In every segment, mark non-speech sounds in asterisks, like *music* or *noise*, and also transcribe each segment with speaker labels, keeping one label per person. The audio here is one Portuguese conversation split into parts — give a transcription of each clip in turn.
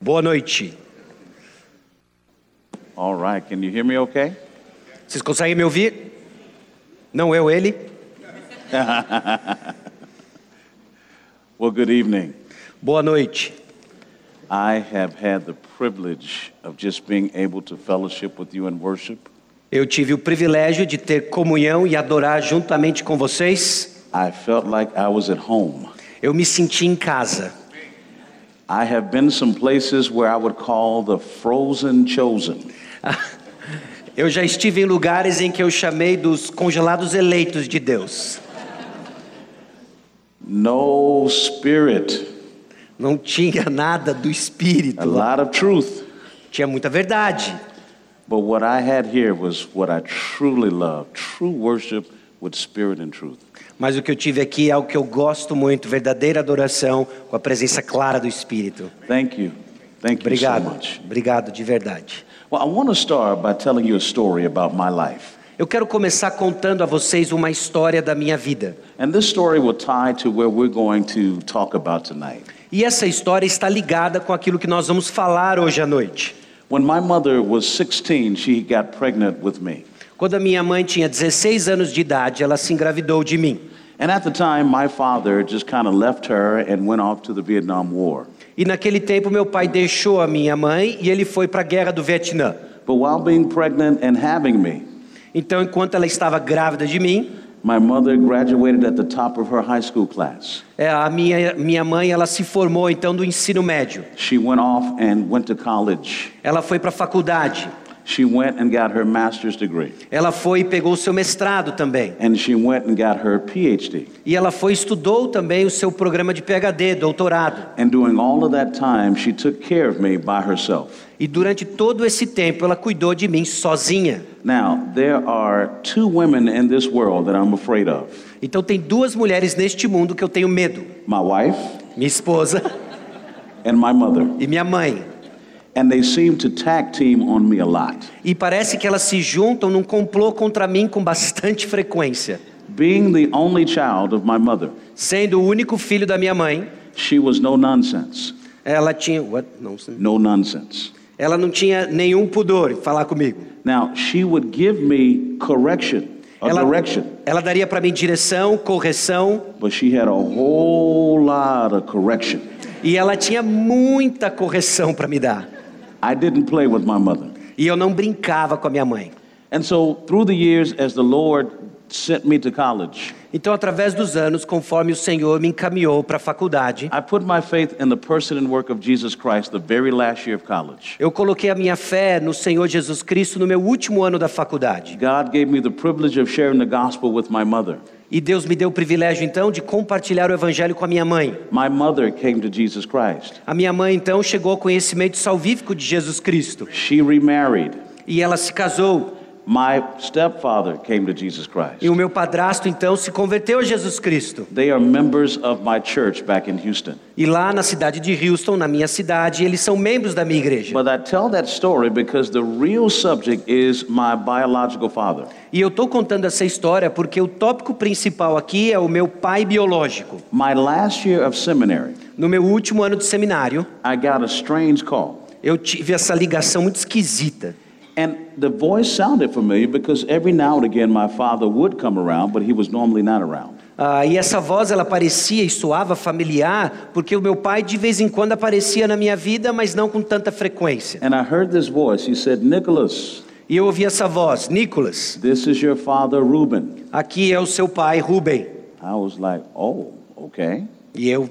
Speaker 1: Boa noite.
Speaker 2: All right, can you hear me okay?
Speaker 1: Vocês conseguem me ouvir? Não eu, ele.
Speaker 2: Well, good evening.
Speaker 1: Boa noite.
Speaker 2: I have had the privilege of just being able to fellowship with you in worship.
Speaker 1: Eu tive o privilégio de ter comunhão e adorar juntamente com vocês.
Speaker 2: I felt like I was at home.
Speaker 1: Eu me senti em casa.
Speaker 2: I have been some places where I would call the frozen chosen.
Speaker 1: Eu já estive em lugares em que eu chamei dos congelados eleitos de Deus.
Speaker 2: No spirit,
Speaker 1: Não tinha *laughs* nada do
Speaker 2: a
Speaker 1: espírito,
Speaker 2: lot of truth.
Speaker 1: tinha muita verdade.
Speaker 2: But what I had here was what I truly love true worship with spirit and truth.
Speaker 1: Mas o que eu tive aqui é o que eu gosto muito, verdadeira adoração com a presença clara do espírito.
Speaker 2: Thank you. Thank you so
Speaker 1: Obrigado.
Speaker 2: much.
Speaker 1: Obrigado de verdade.
Speaker 2: Well, I want to start by telling you a story about my life.
Speaker 1: Eu quero começar contando a vocês uma história da minha vida.
Speaker 2: And this story will tie to where we're going to talk about tonight.
Speaker 1: E essa história está ligada com aquilo que nós vamos falar hoje à noite.
Speaker 2: When my mother was 16, she got pregnant with me.
Speaker 1: Quando a minha mãe tinha 16 anos de idade, ela se engravidou de mim.
Speaker 2: And at the time, my father just kind of left her and went off to the Vietnam War.
Speaker 1: E naquele tempo, meu pai deixou a minha mãe e ele foi para a guerra do Vietnã.
Speaker 2: But while being pregnant and having me,
Speaker 1: Então, enquanto ela estava grávida de mim,
Speaker 2: my mother graduated at the top of her high school class.
Speaker 1: é, a minha, minha mãe ela se formou então do ensino médio.
Speaker 2: She went off and went to college.
Speaker 1: Ela foi para a faculdade.
Speaker 2: She went and got her master's degree.
Speaker 1: Ela foi e pegou o seu mestrado também.
Speaker 2: And she went and got her PhD.
Speaker 1: E ela foi e estudou também o seu programa de PhD, doutorado.
Speaker 2: And during all of that time, she took care of me by herself.
Speaker 1: E durante todo esse tempo ela cuidou de mim sozinha.
Speaker 2: Now, there are two women in this world that I'm afraid of
Speaker 1: Então tem duas mulheres neste mundo que eu tenho medo:
Speaker 2: my wife
Speaker 1: minha esposa *laughs*
Speaker 2: and my mother.
Speaker 1: e minha mãe.
Speaker 2: And they seem to tag team on me a lot.
Speaker 1: E parece que elas se juntam num complô contra mim com bastante *laughs* frequência.
Speaker 2: Being the only child of my mother,
Speaker 1: Sendo o único filho da minha mãe,
Speaker 2: she was no nonsense.
Speaker 1: ela tinha, what? Não, sim.
Speaker 2: No nonsense.
Speaker 1: ela não tinha nenhum pudor em falar comigo.
Speaker 2: Now, she would give me correction, a
Speaker 1: Ela,
Speaker 2: direction,
Speaker 1: ela daria para mim direção, correção,
Speaker 2: but she had a whole lot of correction.
Speaker 1: e ela tinha muita correção para me dar.
Speaker 2: I didn't play with my mother.
Speaker 1: E eu não brincava com a minha mãe.
Speaker 2: And so, through the years, as the Lord sent me to college,
Speaker 1: Então, através dos anos, conforme o Senhor me encaminhou para a faculdade,
Speaker 2: I put my faith in the person and work of Jesus Christ the very last year of college.
Speaker 1: eu coloquei a minha fé no Senhor Jesus Cristo no meu último ano da faculdade.
Speaker 2: God gave me the privilege of sharing the gospel with my mother.
Speaker 1: E Deus me deu o privilégio, então, de compartilhar o Evangelho com a minha mãe.
Speaker 2: My mother came to Jesus Christ.
Speaker 1: A minha mãe, então, chegou ao conhecimento salvífico de Jesus Cristo.
Speaker 2: She remarried.
Speaker 1: E ela se casou.
Speaker 2: My stepfather came to Jesus Christ.
Speaker 1: E o meu padrasto, então, se converteu a Jesus Cristo.
Speaker 2: They are members of my church back in Houston.
Speaker 1: E lá na cidade de Houston, na minha cidade, eles são membros da minha igreja.
Speaker 2: But I tell that story because the real subject is my biological father.
Speaker 1: E eu estou contando essa história porque o tópico principal aqui é o meu pai biológico.
Speaker 2: My last year of seminary,
Speaker 1: No meu último ano de seminário,
Speaker 2: I got a strange call.
Speaker 1: eu tive essa ligação muito esquisita.
Speaker 2: And the voice sounded familiar because every now and again my father would come around, but he was normally not around.
Speaker 1: Ah, e essa voz, ela parecia e soava familiar, porque o meu pai de vez em quando aparecia na minha vida, mas não com tanta frequência.
Speaker 2: And I heard this voice. He said, Nicholas,
Speaker 1: E eu ouvi essa voz, Nicolas,
Speaker 2: this is your father, Reuben.
Speaker 1: aqui é o seu pai, Ruben.
Speaker 2: I was like, oh, okay.
Speaker 1: E eu,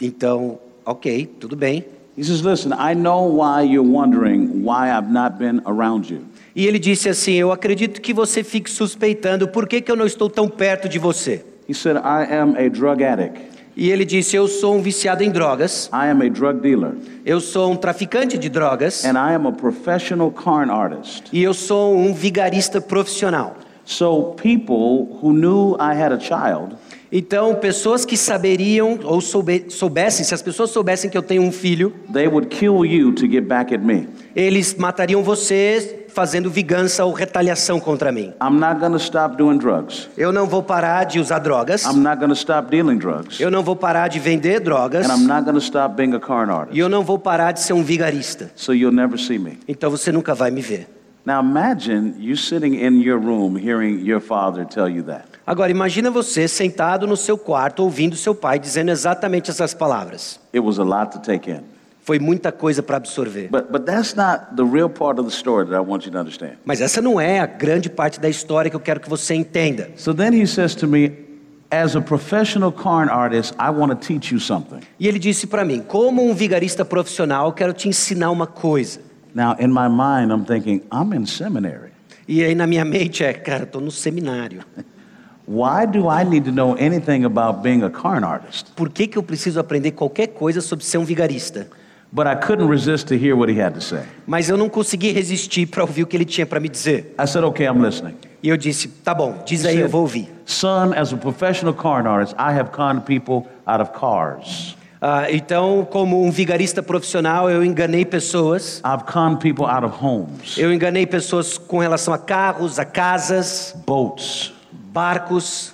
Speaker 1: então, ok, tudo bem.
Speaker 2: He says, listen, I know why you're wondering why I've not been around you.
Speaker 1: E ele disse assim, eu acredito que você fique suspeitando, por que, que eu não estou tão perto de você?
Speaker 2: He said, I am a drug addict.
Speaker 1: E ele disse, eu sou um viciado em drogas,
Speaker 2: I am a drug dealer.
Speaker 1: eu sou um traficante de drogas,
Speaker 2: And I am a professional con artist.
Speaker 1: E eu sou um vigarista profissional.
Speaker 2: So people who knew I had a child
Speaker 1: Então, pessoas que saberiam ou soube, soubessem, se as pessoas soubessem que eu tenho um filho,
Speaker 2: They would kill you to get back at me.
Speaker 1: eles matariam você fazendo vingança ou retaliação contra mim.
Speaker 2: I'm not going to stop doing drugs.
Speaker 1: Eu não vou parar de usar drogas.
Speaker 2: I'm not going to stop dealing drugs.
Speaker 1: Eu não vou parar de vender drogas.
Speaker 2: And I'm not going to stop being a con
Speaker 1: E
Speaker 2: artist.
Speaker 1: eu não vou parar de ser um vigarista.
Speaker 2: So you'll never see me.
Speaker 1: Então você nunca vai me ver.
Speaker 2: Now imagine you sitting in your room hearing your father tell you that.
Speaker 1: Agora imagina você sentado no seu quarto ouvindo seu pai dizendo exatamente essas palavras.
Speaker 2: It was a lot to take in.
Speaker 1: Foi muita coisa para absorver.
Speaker 2: But, but that's not the real part of the story that I want you to understand.
Speaker 1: Mas essa não é a grande parte da história que eu quero que você entenda.
Speaker 2: So then he says to me, as a professional con artist, I want to teach you something.
Speaker 1: E ele disse para mim: "Como um vigarista profissional, eu quero te ensinar uma coisa".
Speaker 2: Now in my mind, I'm thinking, I'm in seminary.
Speaker 1: E aí na minha *laughs* mente é, cara, eu tô no seminário.
Speaker 2: Why do I need to know anything about being a con artist?
Speaker 1: Por que que eu preciso aprender qualquer coisa sobre ser um vigarista?
Speaker 2: But I couldn't resist to hear what he had to say.
Speaker 1: Mas eu não consegui resistir para ouvir o que ele tinha para me dizer.
Speaker 2: I said, okay, I'm listening.
Speaker 1: E eu disse: "Tá bom, diz aí, eu vou ouvir".
Speaker 2: Son, as a professional con artist, I have conned people out of cars.
Speaker 1: Ah, então, como um vigarista profissional, eu enganei pessoas.
Speaker 2: I've conned people out of homes,
Speaker 1: Eu enganei pessoas com relação a carros, a casas,
Speaker 2: boats,
Speaker 1: barcos,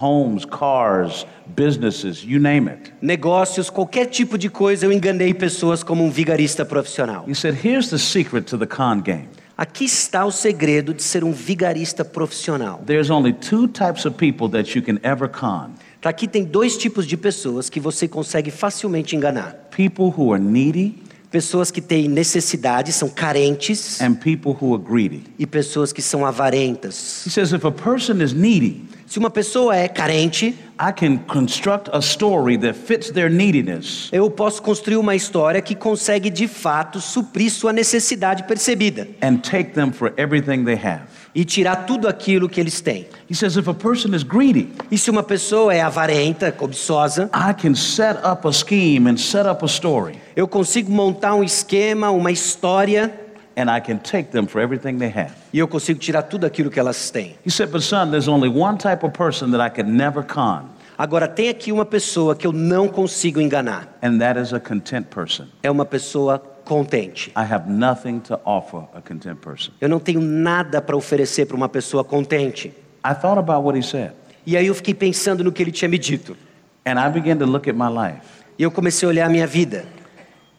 Speaker 2: homes, cars, businesses, you name it.
Speaker 1: negócios, qualquer tipo de coisa. Eu enganei pessoas como um vigarista profissional.
Speaker 2: He said, here's the secret to the con game.
Speaker 1: Aqui está o segredo de ser um vigarista profissional.
Speaker 2: There's only two types of people that you can ever con
Speaker 1: Aqui tem dois tipos de pessoas que você consegue facilmente enganar:
Speaker 2: people who are needy
Speaker 1: pessoas que têm necessidade, são carentes,
Speaker 2: and people who are greedy.
Speaker 1: e pessoas que são avarentas.
Speaker 2: He says, if a person is needy,
Speaker 1: Se uma pessoa é carente,
Speaker 2: I can construct a story that fits their neediness.
Speaker 1: Eu posso construir uma história que consegue de fato suprir sua necessidade percebida
Speaker 2: and take them for everything they have.
Speaker 1: e tirar tudo aquilo que eles têm.
Speaker 2: He says, if a person is greedy,
Speaker 1: E se uma pessoa é avarenta, cobiçosa,
Speaker 2: I can set up a scheme and set up a story,
Speaker 1: eu consigo montar um esquema, uma história
Speaker 2: and I can take them for everything they have.
Speaker 1: e eu consigo tirar tudo aquilo que elas têm.
Speaker 2: He said, but son, there's only one type of person that I can never con,
Speaker 1: Agora tem aqui uma pessoa que eu não consigo enganar.
Speaker 2: and that is a content person.
Speaker 1: É uma pessoa contente.
Speaker 2: I have nothing to offer a content person.
Speaker 1: Eu não tenho nada para oferecer para uma pessoa contente.
Speaker 2: I thought about what he said,
Speaker 1: E aí eu fiquei pensando no que ele tinha me dito.
Speaker 2: and I began to look at my life.
Speaker 1: E eu comecei a olhar a minha vida.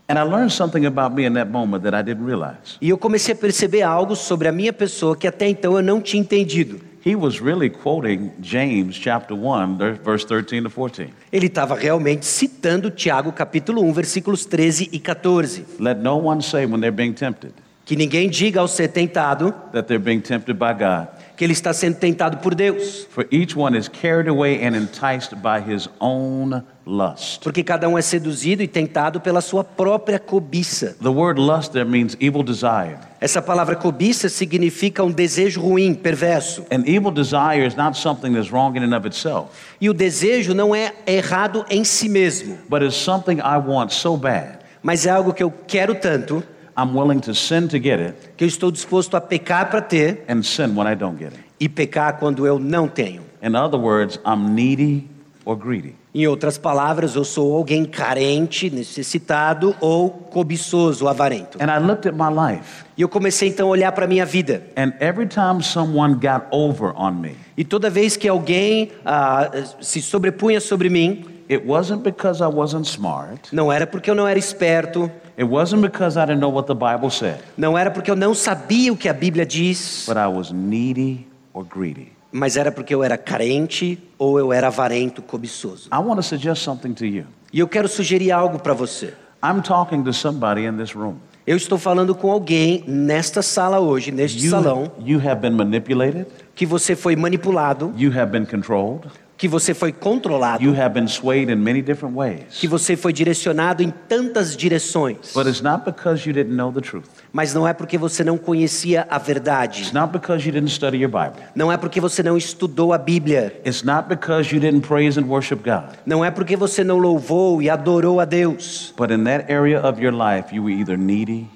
Speaker 2: And I learned something about me in that moment that I didn't realize.
Speaker 1: E eu comecei a perceber algo sobre a minha pessoa que até então eu não tinha entendido.
Speaker 2: He was really quoting James chapter 1, ver- verse 13 to 14.
Speaker 1: Ele estava realmente citando Tiago capítulo 1, versículos 13 e 14.
Speaker 2: Let no one say when they're being tempted
Speaker 1: Que ninguém diga ao ser tentado
Speaker 2: that they're being tempted by God,
Speaker 1: que ele está sendo tentado por Deus,
Speaker 2: for each one is carried away and enticed by his own lust.
Speaker 1: porque cada um é seduzido e tentado pela sua própria cobiça.
Speaker 2: The word lust there means evil desire.
Speaker 1: Essa palavra cobiça significa um desejo ruim, perverso.
Speaker 2: And evil desire is not something that's wrong in and of itself,
Speaker 1: E o desejo não é errado em si mesmo,
Speaker 2: but it's something I want so bad,
Speaker 1: mas é algo que eu quero tanto
Speaker 2: I'm willing to sin to get it
Speaker 1: que eu estou disposto a pecar para ter
Speaker 2: and sin when I don't get it.
Speaker 1: e pecar quando eu não tenho.
Speaker 2: In other words, I'm needy or greedy.
Speaker 1: Em outras palavras, eu sou alguém carente, necessitado ou cobiçoso, avarento.
Speaker 2: And I looked at my life,
Speaker 1: E eu comecei então a olhar para a minha vida.
Speaker 2: and every time someone got over on me,
Speaker 1: E toda vez que alguém ah, se sobrepunha sobre mim,
Speaker 2: it wasn't because I wasn't smart.
Speaker 1: não era porque eu não era esperto,
Speaker 2: It wasn't because I didn't know what the Bible said,
Speaker 1: não era porque eu não sabia o que a Bíblia diz,
Speaker 2: but I was needy or greedy.
Speaker 1: mas era porque eu era carente ou eu era avarento, cobiçoso.
Speaker 2: I want to suggest something to you.
Speaker 1: E eu quero sugerir algo para você.
Speaker 2: I'm talking to somebody in this room.
Speaker 1: Eu estou falando com alguém nesta sala hoje, neste
Speaker 2: You,
Speaker 1: salão,
Speaker 2: you have been manipulated,
Speaker 1: que você foi manipulado,
Speaker 2: you have been controlled,
Speaker 1: que você foi controlado.
Speaker 2: you have been swayed in many different
Speaker 1: que
Speaker 2: ways.
Speaker 1: você foi direcionado em tantas direções,
Speaker 2: But it's not because you didn't know the truth.
Speaker 1: mas não é porque você não conhecia a
Speaker 2: It's
Speaker 1: verdade,
Speaker 2: not because you didn't study your Bible.
Speaker 1: não é porque você não estudou a Bíblia,
Speaker 2: It's not because you didn't praise and worship God.
Speaker 1: não é porque você não louvou e adorou a Deus,
Speaker 2: But in that area of your life, you were either needy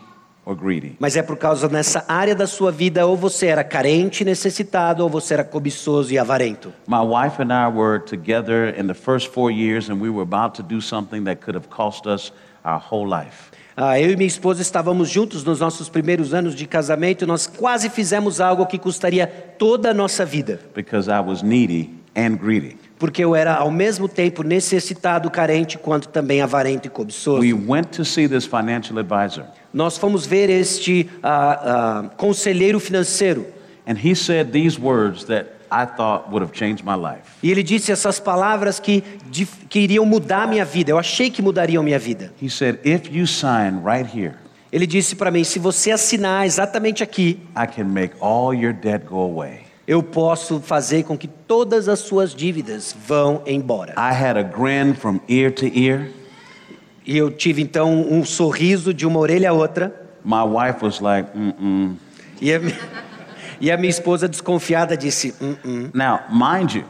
Speaker 2: or greedy.
Speaker 1: mas é por causa nessa área da sua vida ou você era carente, e necessitado, ou você era cobiçoso e avarento.
Speaker 2: My wife and I were together in the first four years, and we were about to do something that could have cost us our whole life.
Speaker 1: Ah, eu e minha esposa estávamos juntos nos nossos primeiros anos de casamento, nós quase fizemos algo que custaria toda a nossa vida,
Speaker 2: because I was needy and greedy.
Speaker 1: porque eu era ao mesmo tempo necessitado, carente, quanto também avarento e cobiçoso.
Speaker 2: We went to see this financial advisor,
Speaker 1: Nós fomos ver este ah, ah, conselheiro financeiro
Speaker 2: and he said these words that I thought would have changed my life.
Speaker 1: e ele disse essas palavras que, dif- que iriam mudar minha vida. Eu achei que mudariam minha vida.
Speaker 2: He said, If you sign right here,
Speaker 1: Ele disse para mim: se você assinar exatamente aqui,
Speaker 2: I can make all your debt go away.
Speaker 1: eu posso fazer com que todas as suas dívidas vão embora.
Speaker 2: I had a grin from ear to ear.
Speaker 1: E eu tive então um sorriso de uma orelha à outra.
Speaker 2: My wife was like, mm mm.
Speaker 1: E a, mi- *laughs* e a minha esposa desconfiada disse: "Hum, hum."
Speaker 2: Now, mind you,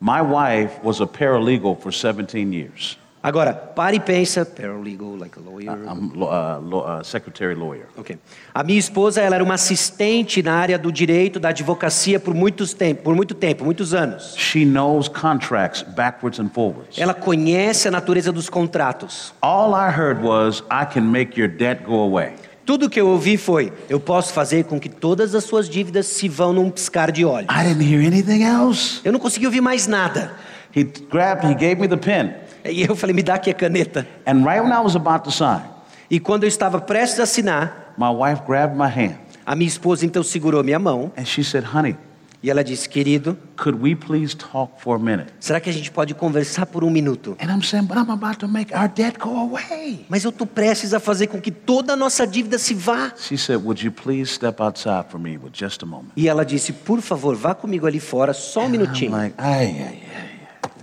Speaker 2: my wife was a paralegal for 17 years.
Speaker 1: Agora, para e pensa. Paralegal, like a lawyer.
Speaker 2: I'm lo- uh, lo- uh, secretary lawyer.
Speaker 1: Ok. A minha esposa ela era uma assistente na área do direito, da advocacia por, muitos tempo, por muito tempo, muitos anos.
Speaker 2: She knows contracts backwards and forwards.
Speaker 1: Ela conhece a natureza dos contratos.
Speaker 2: All I heard was, I can make your debt go away.
Speaker 1: Tudo que eu ouvi foi: eu posso fazer com que todas as suas dívidas se vão num piscar de olhos.
Speaker 2: I didn't hear anything else.
Speaker 1: Eu não consegui ouvir mais nada.
Speaker 2: He t- grabbed, he gave me the pen.
Speaker 1: E eu falei: me dá aqui a caneta.
Speaker 2: And right when I was about to sign,
Speaker 1: E quando eu estava prestes a assinar,
Speaker 2: my wife grabbed my hand
Speaker 1: a minha esposa então segurou minha mão
Speaker 2: and she said, Honey,
Speaker 1: e ela disse: querido,
Speaker 2: could we please talk for a minute?
Speaker 1: será que a gente pode conversar por um minuto?
Speaker 2: And I'm saying, But I'm about to make our debt go away.
Speaker 1: Mas eu estou prestes a fazer com que toda a nossa dívida se vá.
Speaker 2: She said, Would you please step outside for me with just a moment?
Speaker 1: E ela disse, por favor, vá comigo ali fora, só um
Speaker 2: I'm
Speaker 1: minutinho.
Speaker 2: like, Ay, ay, ay.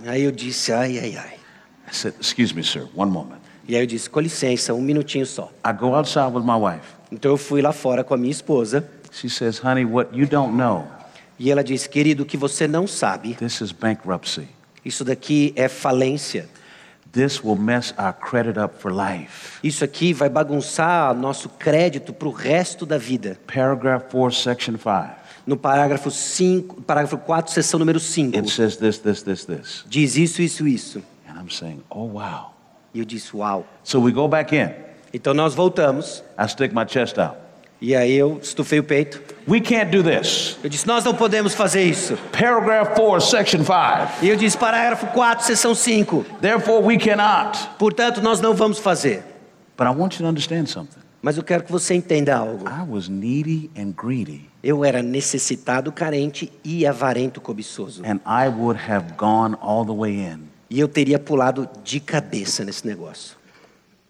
Speaker 1: Aí eu disse, ai, ai, ai.
Speaker 2: I said, Excuse me, sir, one moment.
Speaker 1: E aí eu disse, com licença, um minutinho só.
Speaker 2: I go outside with my wife.
Speaker 1: Então eu fui lá fora com a minha esposa
Speaker 2: She says, Honey, what you don't know,
Speaker 1: e ela disse, querido, o que você não sabe,
Speaker 2: this is bankruptcy.
Speaker 1: isso daqui é falência.
Speaker 2: This will mess our credit up for life.
Speaker 1: Isso aqui vai bagunçar nosso crédito para o resto da vida.
Speaker 2: Paragraph 4, section 5.
Speaker 1: No parágrafo 5, parágrafo 4, seção número 5,
Speaker 2: It says this, this, this, this.
Speaker 1: diz isso, isso, isso.
Speaker 2: And I'm saying, Oh, wow.
Speaker 1: E eu disse, uau.
Speaker 2: So we go back in.
Speaker 1: Então nós voltamos
Speaker 2: I stick my chest out.
Speaker 1: e aí eu estufei o peito.
Speaker 2: We can't do this.
Speaker 1: Eu disse, nós não podemos fazer isso.
Speaker 2: Paragraph 4, section 5.
Speaker 1: E eu disse, parágrafo 4, seção 5.
Speaker 2: Therefore, we cannot.
Speaker 1: Portanto, nós não vamos fazer.
Speaker 2: But I want you to understand something.
Speaker 1: Mas eu quero que você entenda algo.
Speaker 2: I was needy and greedy,
Speaker 1: Eu era necessitado, carente e avarento cobiçoso.
Speaker 2: and I would have gone all the way in.
Speaker 1: E eu teria pulado de cabeça nesse negócio.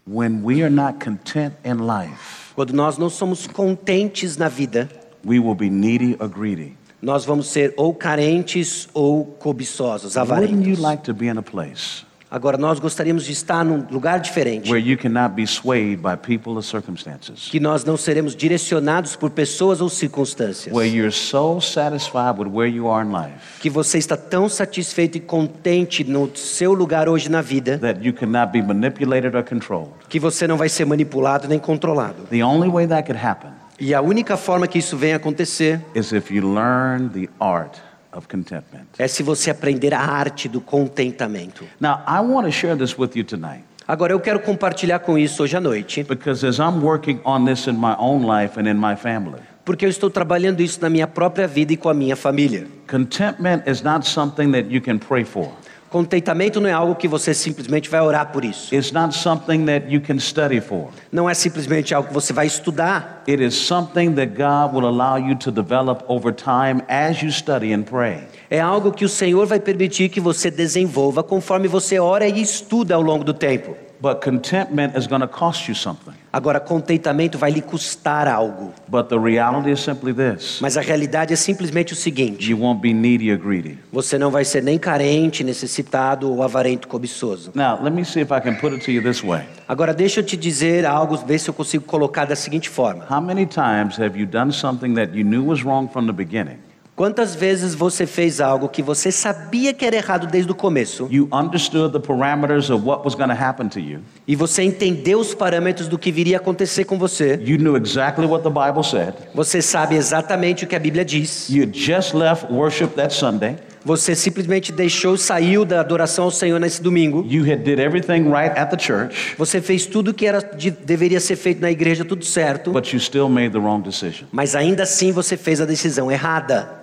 Speaker 2: When we are not content in life,
Speaker 1: Quando nós não somos contentes na vida,
Speaker 2: we will be needy or greedy.
Speaker 1: nós vamos ser ou carentes ou cobiçosos,
Speaker 2: Wouldn't you
Speaker 1: avarentos.
Speaker 2: like to be in a place
Speaker 1: Agora, nós gostaríamos de estar num lugar diferente,
Speaker 2: where you cannot be swayed by people or circumstances?
Speaker 1: que nós não seremos direcionados por pessoas ou circunstâncias.
Speaker 2: Where you're so satisfied with where you are in life
Speaker 1: Que você está tão satisfeito e contente no seu lugar hoje na vida,
Speaker 2: that you cannot be manipulated or controlled.
Speaker 1: que você não vai ser manipulado nem controlado.
Speaker 2: The only way that could happen
Speaker 1: E a única forma que isso venha a acontecer
Speaker 2: is if you learn the art of contentment.
Speaker 1: é se você aprender a arte do contentamento.
Speaker 2: Now, I want to share this with you tonight
Speaker 1: Agora eu quero compartilhar com isso hoje à noite,
Speaker 2: because as I'm working on this in my own life and in my family,
Speaker 1: porque eu estou trabalhando isso na minha própria vida e com a minha família.
Speaker 2: contentment is not something that you can pray for.
Speaker 1: Contentamento não é algo que você simplesmente vai orar por isso.
Speaker 2: It's not something that you can study for.
Speaker 1: Não é simplesmente algo que você vai estudar.
Speaker 2: It is something that God will allow you to develop over time as you study and pray.
Speaker 1: É algo que o Senhor vai permitir que você desenvolva conforme você ora e estuda ao longo do tempo.
Speaker 2: But contentment is going to cost you something.
Speaker 1: Agora, contentamento vai lhe custar algo.
Speaker 2: But the reality is simply this
Speaker 1: Mas a realidade é simplesmente o seguinte:
Speaker 2: you won't be needy or greedy.
Speaker 1: Você não vai ser nem carente, necessitado ou avarento cobiçoso.
Speaker 2: Now, let me see if I can put it to you this way.
Speaker 1: Agora deixa eu te dizer algo, ver se eu consigo colocar da seguinte forma.
Speaker 2: How many times have you done something that you knew was wrong from the beginning?
Speaker 1: Quantas vezes você fez algo que você sabia que era errado desde o começo
Speaker 2: You understood the parameters of what was going to happen to you.
Speaker 1: e você entendeu os parâmetros do que viria a acontecer com você?
Speaker 2: You knew exactly what the Bible said.
Speaker 1: Você sabe exatamente o que a Bíblia diz.
Speaker 2: You had just left worship that Sunday.
Speaker 1: Você simplesmente deixou, saiu da adoração ao Senhor nesse domingo.
Speaker 2: You had did everything right at the church,
Speaker 1: Você fez tudo o que era de- deveria ser feito na igreja, tudo certo.
Speaker 2: but you still made the wrong decision.
Speaker 1: Mas ainda assim você fez a decisão errada.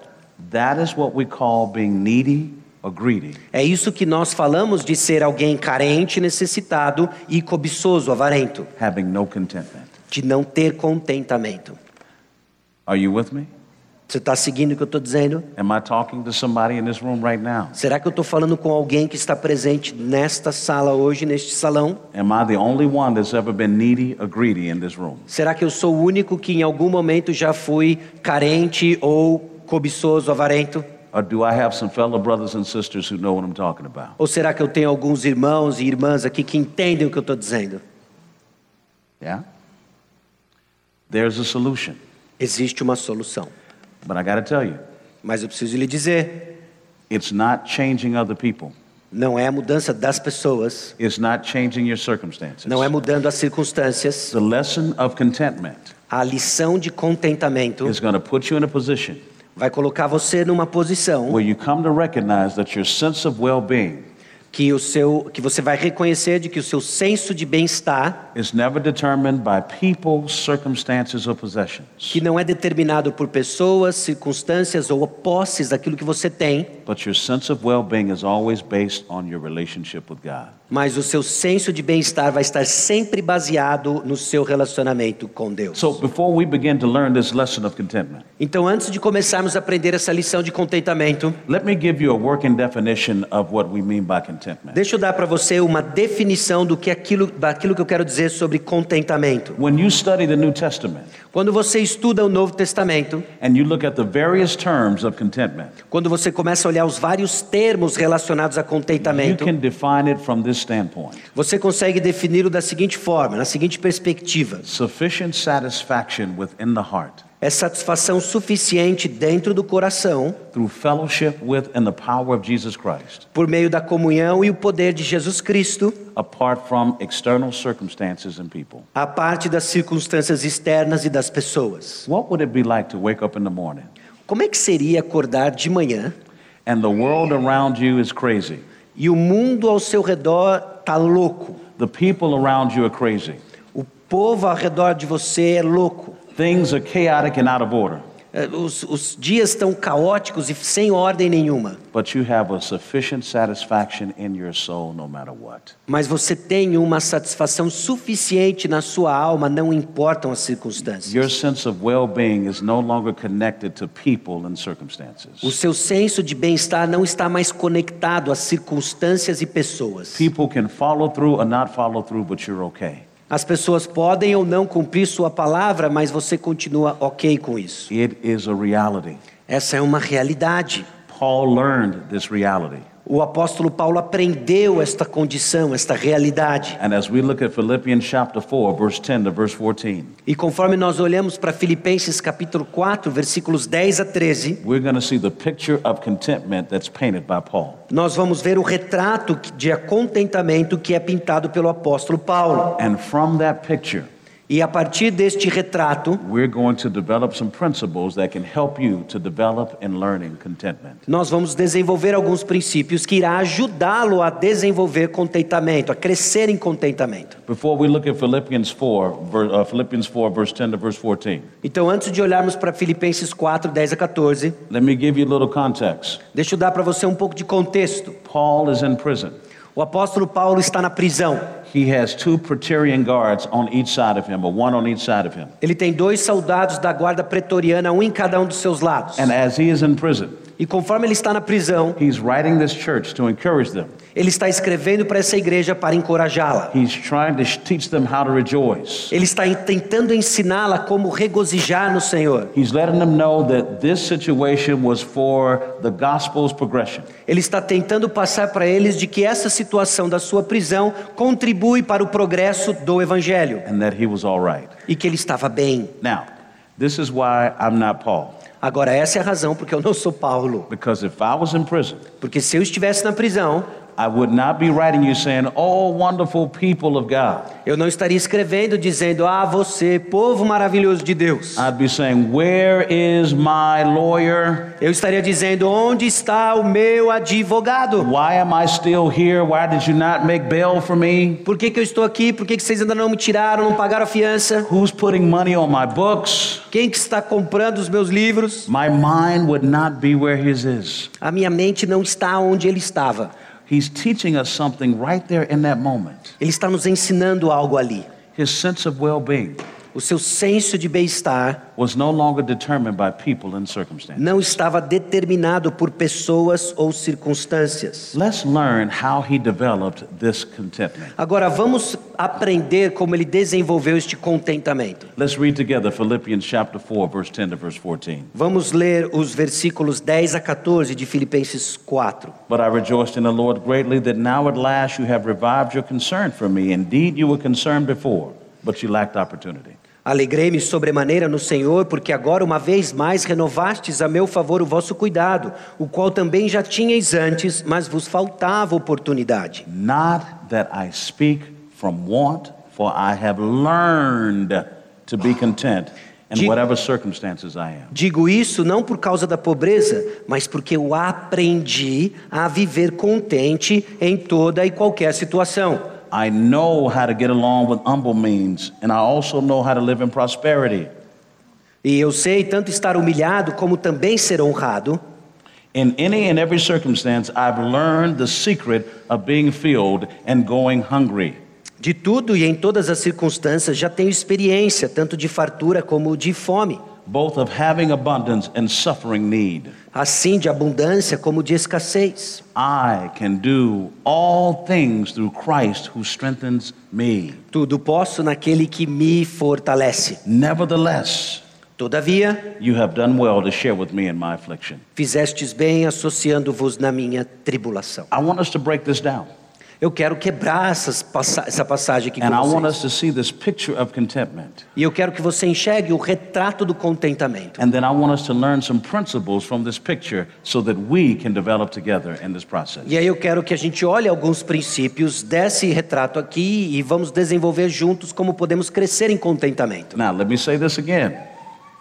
Speaker 2: That is what we call being needy or greedy.
Speaker 1: É isso que nós falamos de ser alguém carente, necessitado e cobiçoso, avarento,
Speaker 2: having no contentment.
Speaker 1: de não ter contentamento.
Speaker 2: Are you with me?
Speaker 1: Você está seguindo o que eu estou dizendo?
Speaker 2: Am I talking to somebody in this room right now?
Speaker 1: Será que eu estou falando com alguém que está presente nesta sala hoje, neste salão?
Speaker 2: Am I the only one that's ever been needy or greedy in this room?
Speaker 1: Será que eu sou o único que em algum momento já fui carente ou cobiçoso, avarento?
Speaker 2: Or do I have some fellow brothers and sisters who know what I'm talking about?
Speaker 1: Ou será que eu tenho alguns irmãos e irmãs aqui que entendem o que eu estou dizendo?
Speaker 2: Yeah? There's a solution,
Speaker 1: Existe uma solução,
Speaker 2: but I gotta tell you,
Speaker 1: mas eu preciso lhe dizer:
Speaker 2: it's not changing other people,
Speaker 1: não é a mudança das pessoas,
Speaker 2: it's not changing your circumstances.
Speaker 1: não é mudando as circunstâncias.
Speaker 2: the lesson of contentment
Speaker 1: A lição de contentamento
Speaker 2: is gonna put you in a position
Speaker 1: vai colocar você numa posição
Speaker 2: where you come to recognize that your sense of well being
Speaker 1: que, o seu, que você vai reconhecer de que o seu senso de bem-estar
Speaker 2: is never determined by people, circumstances, or possessions.
Speaker 1: que não é determinado por pessoas, circunstâncias ou posses daquilo que você tem,
Speaker 2: But your sense of well being is always based on your relationship with God.
Speaker 1: mas o seu senso de bem-estar vai estar sempre baseado no seu relacionamento com Deus.
Speaker 2: So before we begin to learn this lesson of contentment,
Speaker 1: Então, antes de começarmos a aprender essa lição de contentamento,
Speaker 2: let me give you a working definition of what we mean by contentment.
Speaker 1: deixa eu dar para você uma definição do que aquilo, daquilo que eu quero dizer sobre contentamento.
Speaker 2: When you study the New Testament
Speaker 1: Quando você estuda o Novo Testamento,
Speaker 2: and you look at the various terms of contentment,
Speaker 1: quando você começa a olhar os vários termos relacionados a
Speaker 2: you
Speaker 1: contentamento,
Speaker 2: can define it from this standpoint
Speaker 1: você consegue defini-lo da seguinte forma, na seguinte perspectiva.
Speaker 2: sufficient satisfaction within the heart
Speaker 1: é satisfação suficiente dentro do coração
Speaker 2: through fellowship with and the power of Jesus Christ,
Speaker 1: por meio da comunhão e o poder de Jesus Cristo,
Speaker 2: apart from external circumstances and people.
Speaker 1: a parte das circunstâncias externas e das pessoas.
Speaker 2: What would it be like to wake up in the morning
Speaker 1: Como é que seria acordar de manhã
Speaker 2: and the world around you is crazy?
Speaker 1: e o mundo ao seu redor tá louco?
Speaker 2: The people around you are crazy.
Speaker 1: O povo ao redor de você é louco.
Speaker 2: Things are chaotic and out of order,
Speaker 1: É, Os, os dias estão caóticos e sem ordem nenhuma,
Speaker 2: but you have a sufficient satisfaction in your soul no matter what.
Speaker 1: mas você tem uma satisfação suficiente na sua alma, não importam as circunstâncias.
Speaker 2: Your sense of well being is no longer connected to people and
Speaker 1: O
Speaker 2: circumstances.
Speaker 1: seu senso de bem-estar não está mais conectado às circunstâncias e pessoas.
Speaker 2: People can follow through or not follow through, but you're okay.
Speaker 1: As pessoas podem ou não cumprir sua palavra, mas você continua ok com isso.
Speaker 2: It is a reality.
Speaker 1: Essa é uma realidade.
Speaker 2: Paul learned this reality.
Speaker 1: O apóstolo Paulo aprendeu esta condição, esta realidade.
Speaker 2: And as we look at Philippians chapter 4, verse 10 to verse 14,
Speaker 1: E conforme nós olhamos para Filipenses capítulo 4, versículos 10 a 13,
Speaker 2: we're going to see the picture of contentment that's painted by Paul.
Speaker 1: nós vamos ver o retrato de contentamento que é pintado pelo apóstolo Paulo.
Speaker 2: And from that picture,
Speaker 1: E a partir deste retrato,
Speaker 2: We're going to develop some principles that can help you to develop and learning contentment.
Speaker 1: Nós vamos desenvolver alguns princípios que irá ajudá-lo a desenvolver contentamento, a crescer em contentamento.
Speaker 2: Before we look at Philippians 4, ver- uh, Philippians 4 verse 10 to verse 14,
Speaker 1: Então, antes de olharmos para Filipenses 4, 10 a 14,
Speaker 2: let me give you a little context.
Speaker 1: deixa eu dar para você um pouco de contexto.
Speaker 2: Paul is in prison.
Speaker 1: O apóstolo Paulo está na prisão.
Speaker 2: He has two praetorian guards on each side of him, or one on each side of him.
Speaker 1: Ele tem dois soldados da guarda pretoriana, um em cada um dos seus lados.
Speaker 2: And as he is in prison,
Speaker 1: E conforme ele está na prisão,
Speaker 2: he's writing this church to encourage them.
Speaker 1: ele está escrevendo para essa igreja para encorajá-la.
Speaker 2: He's trying to sh- teach them how to rejoice.
Speaker 1: Ele está en- tentando ensiná-la como regozijar no Senhor.
Speaker 2: He's letting them know that this situation was for the gospel's progression.
Speaker 1: Ele está tentando passar para eles de que essa situação da sua prisão contribui para o progresso do evangelho
Speaker 2: and that he was all right.
Speaker 1: e que ele estava bem.
Speaker 2: Now, this is why I'm not Paul.
Speaker 1: Agora essa é a razão porque eu não sou Paulo,
Speaker 2: Because if I was in prison,
Speaker 1: porque se eu estivesse na prisão,
Speaker 2: I would not be writing you saying, Oh, wonderful people of God.
Speaker 1: Eu não estaria escrevendo dizendo: Ah, você, povo maravilhoso de Deus.
Speaker 2: I'd be saying, Where is my lawyer?
Speaker 1: Eu estaria dizendo: Onde está o meu advogado?
Speaker 2: Why am I still here? Why did you not make bail for me?
Speaker 1: Por que, que eu estou aqui? Por que, que vocês ainda não me tiraram, não pagaram a fiança?
Speaker 2: Who's putting money on my books?
Speaker 1: Quem que está comprando os meus livros?
Speaker 2: My mind would not be where his is.
Speaker 1: A minha mente não está onde ele estava.
Speaker 2: He's teaching us something right there in that moment
Speaker 1: Ele está nos ensinando algo ali.
Speaker 2: his sense of well being.
Speaker 1: O seu senso de bem-estar
Speaker 2: was no longer determined by people and circumstances.
Speaker 1: não estava determinado por pessoas ou circunstâncias.
Speaker 2: Let's learn how he developed this contentment.
Speaker 1: Agora vamos aprender como ele desenvolveu este contentamento.
Speaker 2: Let's read together Philippians chapter 4, verse 10 to verse 14.
Speaker 1: Vamos ler os versículos 10 a 14 de Filipenses 4.
Speaker 2: But I rejoiced in the Lord greatly that now at last you have revived your concern for me. Indeed, you were concerned before, but you lacked opportunity.
Speaker 1: Alegrei-me sobremaneira no Senhor, porque agora uma vez mais renovastes a meu favor o vosso cuidado, o qual também já tinhais antes, mas vos faltava oportunidade.
Speaker 2: Not that I speak from want, for I have learned to be content in
Speaker 1: Gee.
Speaker 2: whatever circumstances I am.
Speaker 1: Digo isso não por causa da pobreza, mas porque eu aprendi a viver contente em toda e qualquer situação.
Speaker 2: I know how to get along with humble means, and I also know how to live in prosperity.
Speaker 1: E eu sei tanto estar humilhado como também ser honrado.
Speaker 2: In any and every circumstance, I've learned the secret of being filled and going hungry,
Speaker 1: De tudo e em todas as circunstâncias já tenho experiência, tanto de fartura como de fome,
Speaker 2: both of having abundance and suffering need.
Speaker 1: assim de abundância como de escassez.
Speaker 2: I can do all things through Christ who strengthens me.
Speaker 1: Tudo posso naquele que me fortalece.
Speaker 2: Nevertheless,
Speaker 1: Todavia,
Speaker 2: you have done well to share with me in my affliction.
Speaker 1: fizestes bem associando-vos na minha tribulação.
Speaker 2: I want us to break this down,
Speaker 1: Eu quero quebrar essas passa- essa passagem aqui com
Speaker 2: and I want
Speaker 1: vocês.
Speaker 2: us to see this picture of contentment.
Speaker 1: E eu quero que você enxergue o retrato do contentamento.
Speaker 2: And then I want us to learn some principles from this picture so that we can develop together in this process.
Speaker 1: E aí eu quero que a gente olhe alguns princípios desse retrato aqui e vamos desenvolver juntos como podemos crescer em contentamento.
Speaker 2: Now, let me say this again.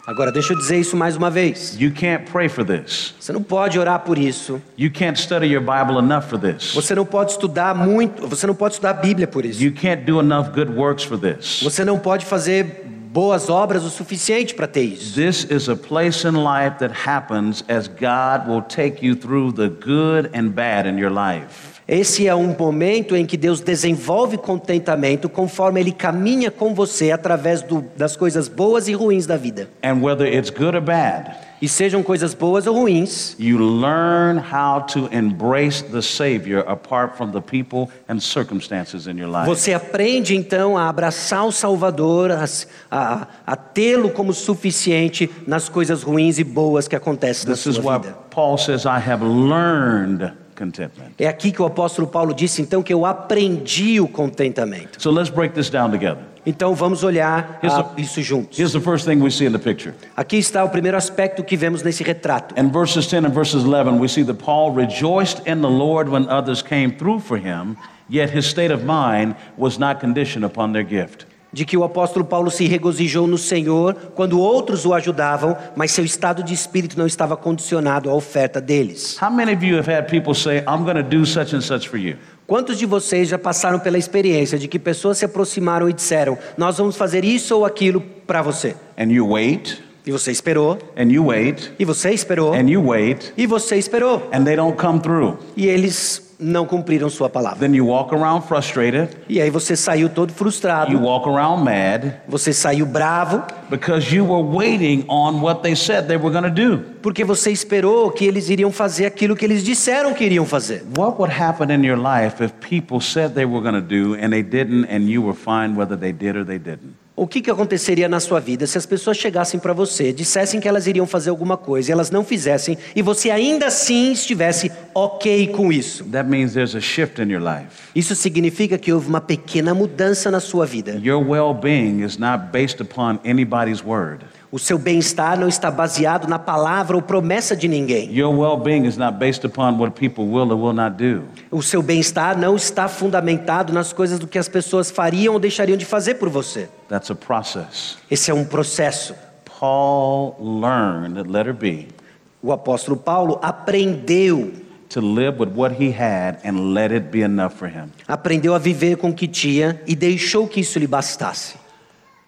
Speaker 1: Agora, deixa eu dizer isso mais uma vez.
Speaker 2: You can't pray for this.
Speaker 1: Você não pode orar por isso.
Speaker 2: You can't study your Bible enough for this.
Speaker 1: Você não pode estudar muito. Você não pode estudar a Bíblia por isso.
Speaker 2: You can't do enough good works for this.
Speaker 1: Você não pode fazer boas obras o suficiente para ter isso.
Speaker 2: This is a place in life that happens as God will take you through the good and bad in your life.
Speaker 1: Esse é um momento em que Deus desenvolve contentamento conforme Ele caminha com você através do- das coisas boas e ruins da vida.
Speaker 2: And whether it's good or bad,
Speaker 1: E sejam coisas boas ou ruins,
Speaker 2: you learn how to embrace the Savior apart from the people and circumstances in your life.
Speaker 1: você aprende então a abraçar o Salvador, a, s- a- a tê-lo como suficiente nas coisas ruins e boas que acontecem na
Speaker 2: This is
Speaker 1: sua
Speaker 2: why
Speaker 1: vida.
Speaker 2: Paul says, I have learned contentment.
Speaker 1: É aqui que o apóstolo Paulo disse então que eu aprendi o contentamento.
Speaker 2: So let's break this down together.
Speaker 1: Então vamos olhar
Speaker 2: Here's
Speaker 1: a
Speaker 2: the-
Speaker 1: isso juntos.
Speaker 2: Here's the first thing we see in the picture.
Speaker 1: Aqui está o primeiro aspecto que vemos nesse retrato.
Speaker 2: In verses 10 and verses 11, we see that Paul rejoiced in the Lord when others came through for him, yet his state of mind was not conditioned upon their gift.
Speaker 1: de que o apóstolo Paulo se regozijou no Senhor quando outros o ajudavam, mas seu estado de espírito não estava condicionado à oferta deles.
Speaker 2: How many of you have had people say, I'm going to do such and such for you?
Speaker 1: Quantos de vocês já passaram pela experiência de que pessoas se aproximaram e disseram: Nós vamos fazer isso ou aquilo para você?
Speaker 2: And you wait,
Speaker 1: E você esperou,
Speaker 2: and you wait,
Speaker 1: e você esperou,
Speaker 2: and you wait,
Speaker 1: e você esperou,
Speaker 2: and they don't come through.
Speaker 1: e eles não cumpriram sua palavra.
Speaker 2: Then you walk around frustrated,
Speaker 1: E aí você saiu todo
Speaker 2: you
Speaker 1: frustrado,
Speaker 2: walk around mad,
Speaker 1: você saiu bravo,
Speaker 2: because you were waiting on what they said they were going to do.
Speaker 1: porque você esperou que eles iriam fazer aquilo que eles disseram que iriam fazer.
Speaker 2: What would happen in your life if people said they were going to do and they didn't, and you were fine whether they did or they didn't?
Speaker 1: O que, que aconteceria na sua vida se as pessoas chegassem para você, dissessem que elas iriam fazer alguma coisa e elas não fizessem, e você ainda assim estivesse ok com isso.
Speaker 2: That means there's a shift in your life.
Speaker 1: Isso significa que houve uma pequena mudança na sua vida.
Speaker 2: Your well being is not based upon anybody's word.
Speaker 1: O seu bem-estar não está baseado na palavra ou promessa de ninguém.
Speaker 2: Your well being is not based upon what people will or will not do.
Speaker 1: O seu bem-estar não está fundamentado nas coisas do que as pessoas fariam ou deixariam de fazer por você.
Speaker 2: That's a process.
Speaker 1: Esse é um processo.
Speaker 2: Paul learned, letter B,
Speaker 1: O apóstolo Paulo aprendeu,
Speaker 2: to live with what he had and let it be enough for him.
Speaker 1: aprendeu a viver com o que tinha e deixou que isso lhe bastasse.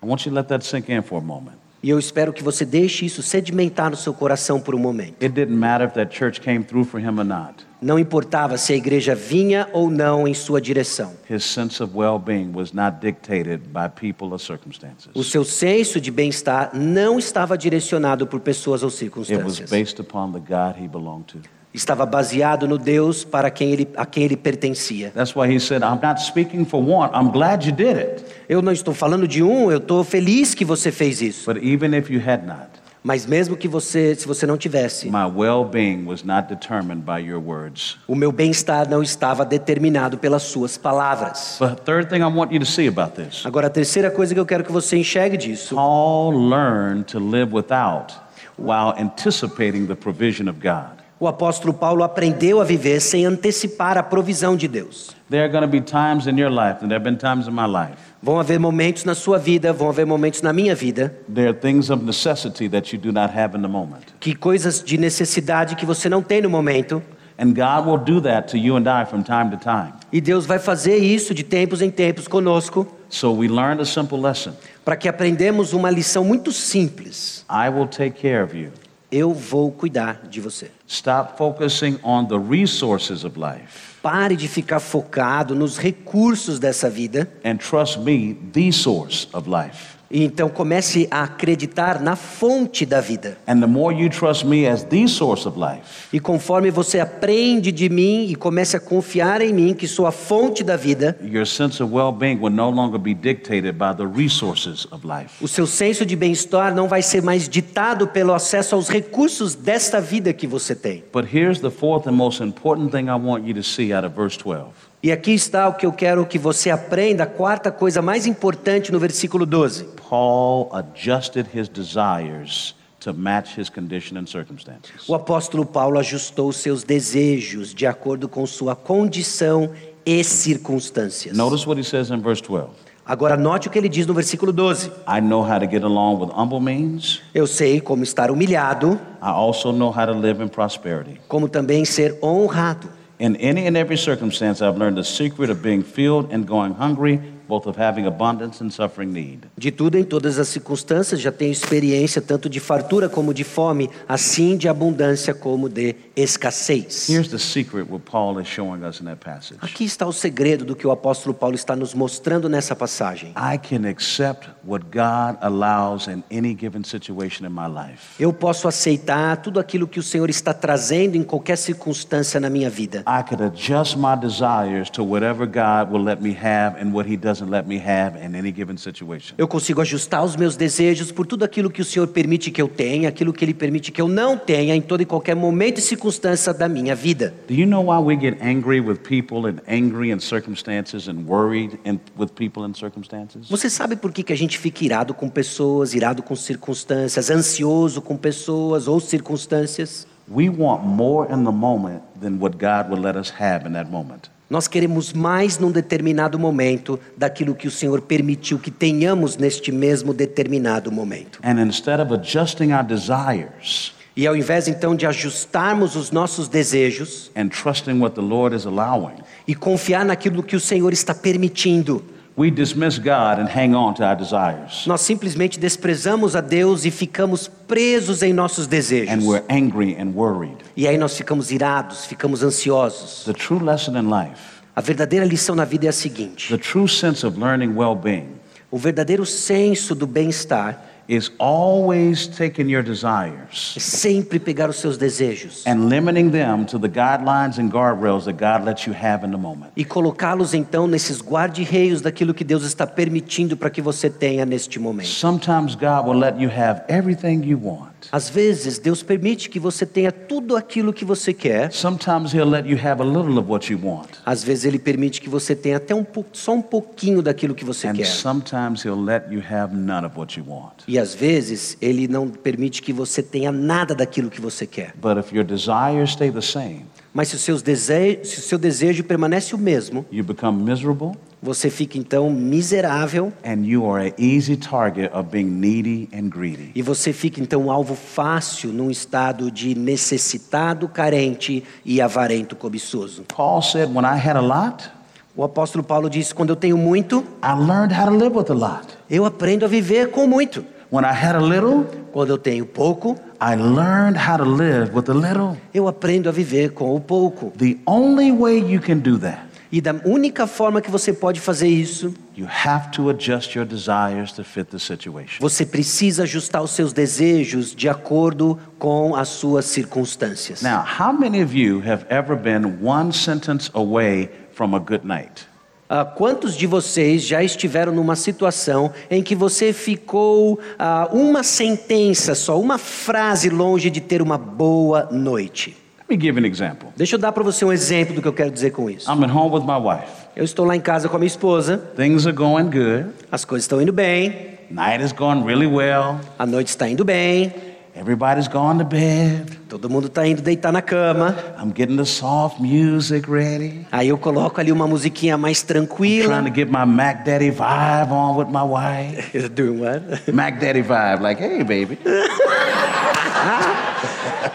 Speaker 2: I want you to let that sink in for a moment.
Speaker 1: E eu espero que você deixe isso sedimentar no seu coração por um momento.
Speaker 2: It didn't matter if that church came through for him or not.
Speaker 1: Não importava se a igreja vinha ou não em sua direção.
Speaker 2: His sense of well being was not dictated by people or circumstances.
Speaker 1: O seu senso de bem-estar não estava direcionado por pessoas ou
Speaker 2: It was
Speaker 1: circunstâncias.
Speaker 2: based upon the God he belonged to.
Speaker 1: Estava baseado no Deus para quem ele, a quem ele pertencia.
Speaker 2: That's why he said, I'm not speaking for want. I'm glad you did it.
Speaker 1: Eu não estou falando de um, eu estou feliz que você fez isso.
Speaker 2: But even if you had not,
Speaker 1: Mas mesmo que você, se você não tivesse,
Speaker 2: my well being was not determined by your words.
Speaker 1: o meu bem-estar não estava determinado pelas suas palavras.
Speaker 2: But third thing I want you to see about this
Speaker 1: Agora, a terceira coisa que eu quero que você enxergue disso.
Speaker 2: Paul learned to live without while anticipating the provision of God.
Speaker 1: O apóstolo Paulo aprendeu a viver sem antecipar a provisão de Deus.
Speaker 2: There are going to be times in your life, and there have been times in my life,
Speaker 1: Vão haver momentos na sua vida, vão haver momentos na minha vida,
Speaker 2: there are things of necessity that you do not have in the moment.
Speaker 1: que coisas de necessidade que você não tem no momento,
Speaker 2: And God will do that to you and I from time to time.
Speaker 1: e Deus vai fazer isso de tempos em tempos conosco,
Speaker 2: So we learned a simple lesson
Speaker 1: para que aprendamos uma lição muito simples.
Speaker 2: I will take care of you.
Speaker 1: Eu vou cuidar de você.
Speaker 2: Stop focusing on the resources of life
Speaker 1: Pare de ficar focado nos recursos dessa vida
Speaker 2: and trust me, the source of life.
Speaker 1: e então comece a acreditar na fonte da vida.
Speaker 2: And the more you trust me as the source of life,
Speaker 1: E conforme você aprende de mim e comece a confiar em mim, que sou a fonte da vida,
Speaker 2: your sense of well being will no longer be dictated by the resources of life.
Speaker 1: o seu senso de bem-estar não vai ser mais ditado pelo acesso aos recursos desta vida que você tem.
Speaker 2: But here's the fourth and most important thing I want you to see out of verse 12
Speaker 1: E aqui está o que eu quero que você aprenda, a quarta coisa mais importante no versículo 12.
Speaker 2: Paul adjusted his desires to match his condition and circumstances.
Speaker 1: O apóstolo Paulo ajustou seus desejos de acordo com sua condição e circunstâncias.
Speaker 2: Notice what he says in verse 12
Speaker 1: Agora note o que ele diz no versículo 12.
Speaker 2: I know how to get along with humble means,
Speaker 1: Eu sei como estar humilhado,
Speaker 2: I also know how to live in prosperity.
Speaker 1: como também ser honrado.
Speaker 2: In any and every circumstance, I've learned the secret of being filled and going hungry, both of having abundance and suffering need.
Speaker 1: De tudo em todas as circunstâncias, já tenho experiência tanto de fartura como de fome, assim de abundância como de escassez.
Speaker 2: Here's the secret what Paul is showing us in that passage.
Speaker 1: Aqui está o segredo do que o apóstolo Paulo está nos mostrando nessa passagem.
Speaker 2: I can accept what God allows in any given situation in my life.
Speaker 1: Eu posso aceitar tudo aquilo que o Senhor está trazendo em qualquer circunstância na minha vida.
Speaker 2: I could adjust my desires to whatever God will let me have and what He doesn't let me have in any given situation.
Speaker 1: Eu consigo ajustar os meus desejos por tudo aquilo que o Senhor permite que eu tenha, aquilo que Ele permite que eu não tenha em todo e qualquer momento e circunstância da minha vida.
Speaker 2: Do you know why we get angry with people and angry in circumstances and worried in, with people in circumstances?
Speaker 1: Você sabe por que, que a gente fica irado com pessoas, irado com circunstâncias, ansioso com pessoas ou circunstâncias?
Speaker 2: We want more in the moment than what God will let us have in that moment.
Speaker 1: Nós queremos mais num determinado momento daquilo que o Senhor permitiu que tenhamos neste mesmo determinado momento.
Speaker 2: And instead of adjusting our desires
Speaker 1: E ao invés então de ajustarmos os nossos desejos
Speaker 2: and trusting what the Lord is allowing,
Speaker 1: e confiar naquilo que o Senhor está permitindo,
Speaker 2: we dismiss God and hang on to our desires.
Speaker 1: nós simplesmente desprezamos a Deus e ficamos presos em nossos
Speaker 2: And
Speaker 1: desejos.
Speaker 2: we're angry and worried.
Speaker 1: E aí nós ficamos irados, ficamos ansiosos.
Speaker 2: The true lesson in life,
Speaker 1: A verdadeira lição na vida é a seguinte:
Speaker 2: the true sense of learning well being,
Speaker 1: O verdadeiro senso do bem-estar
Speaker 2: is always taking your desires
Speaker 1: é sempre pegar os seus desejos
Speaker 2: and limiting them to the guidelines and guardrails that God lets you have in the moment.
Speaker 1: e colocá-los então nesses guarda-reios daquilo que Deus está permitindo para que você tenha neste momento.
Speaker 2: Sometimes God will let you have everything you want. want.
Speaker 1: Às vezes, Deus permite que você tenha tudo aquilo que você quer.
Speaker 2: Sometimes He'll let you have a little of what you want,
Speaker 1: Às vezes, Ele permite que você tenha até um pouco, só um pouquinho daquilo que você
Speaker 2: and
Speaker 1: quer.
Speaker 2: sometimes He'll let you have none of what you want.
Speaker 1: E às vezes, Ele não permite que você tenha nada daquilo que você quer.
Speaker 2: But if your desires stay the same,
Speaker 1: Mas se o, seus dese... se o seu desejo permanece o mesmo,
Speaker 2: you become miserable
Speaker 1: você fica então miserável
Speaker 2: and you are an easy target of being needy and greedy.
Speaker 1: e você fica então um alvo fácil num estado de necessitado, carente e avarento cobiçoso.
Speaker 2: Paul said, When I had a lot,
Speaker 1: O apóstolo Paulo disse: quando eu tenho muito,
Speaker 2: I learned how to live with a lot.
Speaker 1: eu aprendo a viver com muito.
Speaker 2: When I had a little,
Speaker 1: Quando eu tenho pouco,
Speaker 2: I learned how to live with a little.
Speaker 1: eu aprendo a viver com o pouco.
Speaker 2: The only way you can do that,
Speaker 1: E da única forma que você pode fazer isso,
Speaker 2: you have to adjust your desires to fit the situation.
Speaker 1: você precisa ajustar os seus desejos de acordo com as suas circunstâncias.
Speaker 2: Now, how many of you have ever been one sentence away from a good night?
Speaker 1: Ah, quantos de vocês já estiveram numa situação em que você ficou ah, uma sentença só, uma frase longe de ter uma boa noite?
Speaker 2: Let me give you an example.
Speaker 1: Deixa eu dar para você um exemplo do que eu quero dizer com isso.
Speaker 2: I'm at home with my wife.
Speaker 1: Eu estou lá em casa com a minha esposa,
Speaker 2: Things are going good.
Speaker 1: as coisas estão indo bem,
Speaker 2: Night is going really well.
Speaker 1: a noite está indo bem,
Speaker 2: Everybody's gone to bed.
Speaker 1: todo mundo está indo deitar na cama.
Speaker 2: I'm getting the soft music ready.
Speaker 1: Aí eu coloco ali uma musiquinha mais
Speaker 2: Trying to
Speaker 1: tranquila.
Speaker 2: get my Mac Daddy vibe on with my wife.
Speaker 1: Doing what?
Speaker 2: Mac Daddy vibe, like, hey, baby.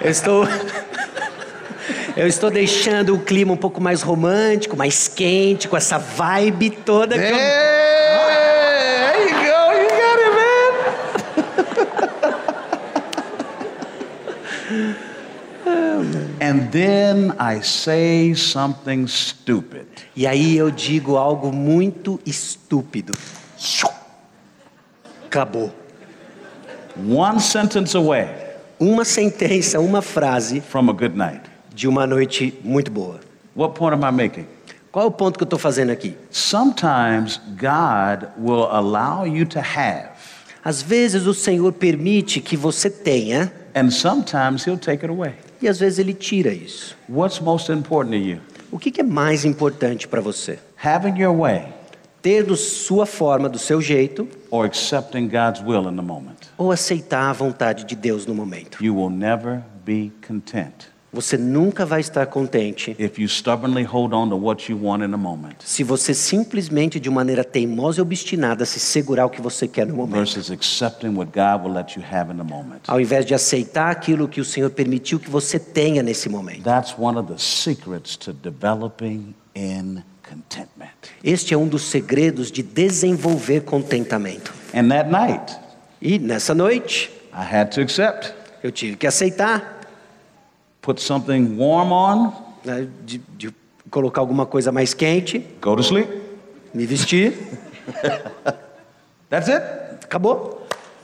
Speaker 1: Eu estou. *laughs* Eu estou deixando o clima um pouco mais romântico, mais quente, com essa vibe toda. que eu-
Speaker 2: É. there you go. You got it, man. *laughs* and then I say something stupid.
Speaker 1: E aí eu digo algo muito estúpido. Acabou.
Speaker 2: One sentence away
Speaker 1: Uma sentença, uma frase
Speaker 2: from a good night.
Speaker 1: de uma noite muito boa.
Speaker 2: What point am I making?
Speaker 1: Qual é o ponto que eu estou fazendo aqui?
Speaker 2: Sometimes God will allow you to have,
Speaker 1: Às vezes o Senhor permite que você tenha,
Speaker 2: and sometimes He'll take it away.
Speaker 1: e às vezes Ele tira isso.
Speaker 2: What's most important to you?
Speaker 1: O que, que é mais importante para você?
Speaker 2: Having your way
Speaker 1: Ter do sua forma, do seu jeito,
Speaker 2: or accepting God's will in the moment?
Speaker 1: ou aceitar a vontade de Deus no momento?
Speaker 2: You will never be content
Speaker 1: Você nunca vai estar contente
Speaker 2: if you stubbornly hold on to what you want in a moment
Speaker 1: se você simplesmente, de maneira teimosa e obstinada, se segurar o que você quer no momento.
Speaker 2: versus accepting what God will let you have in the moment.
Speaker 1: ao invés de aceitar aquilo que o Senhor permitiu que você tenha nesse momento.
Speaker 2: That's one of the secrets to developing in contentment.
Speaker 1: Este é um dos segredos de desenvolver contentamento.
Speaker 2: And that night,
Speaker 1: E nessa noite,
Speaker 2: I had to accept,
Speaker 1: eu tive que aceitar,
Speaker 2: put something warm on,
Speaker 1: né, de, de colocar alguma coisa mais quente,
Speaker 2: go to sleep.
Speaker 1: me vestir,
Speaker 2: That's it.
Speaker 1: acabou.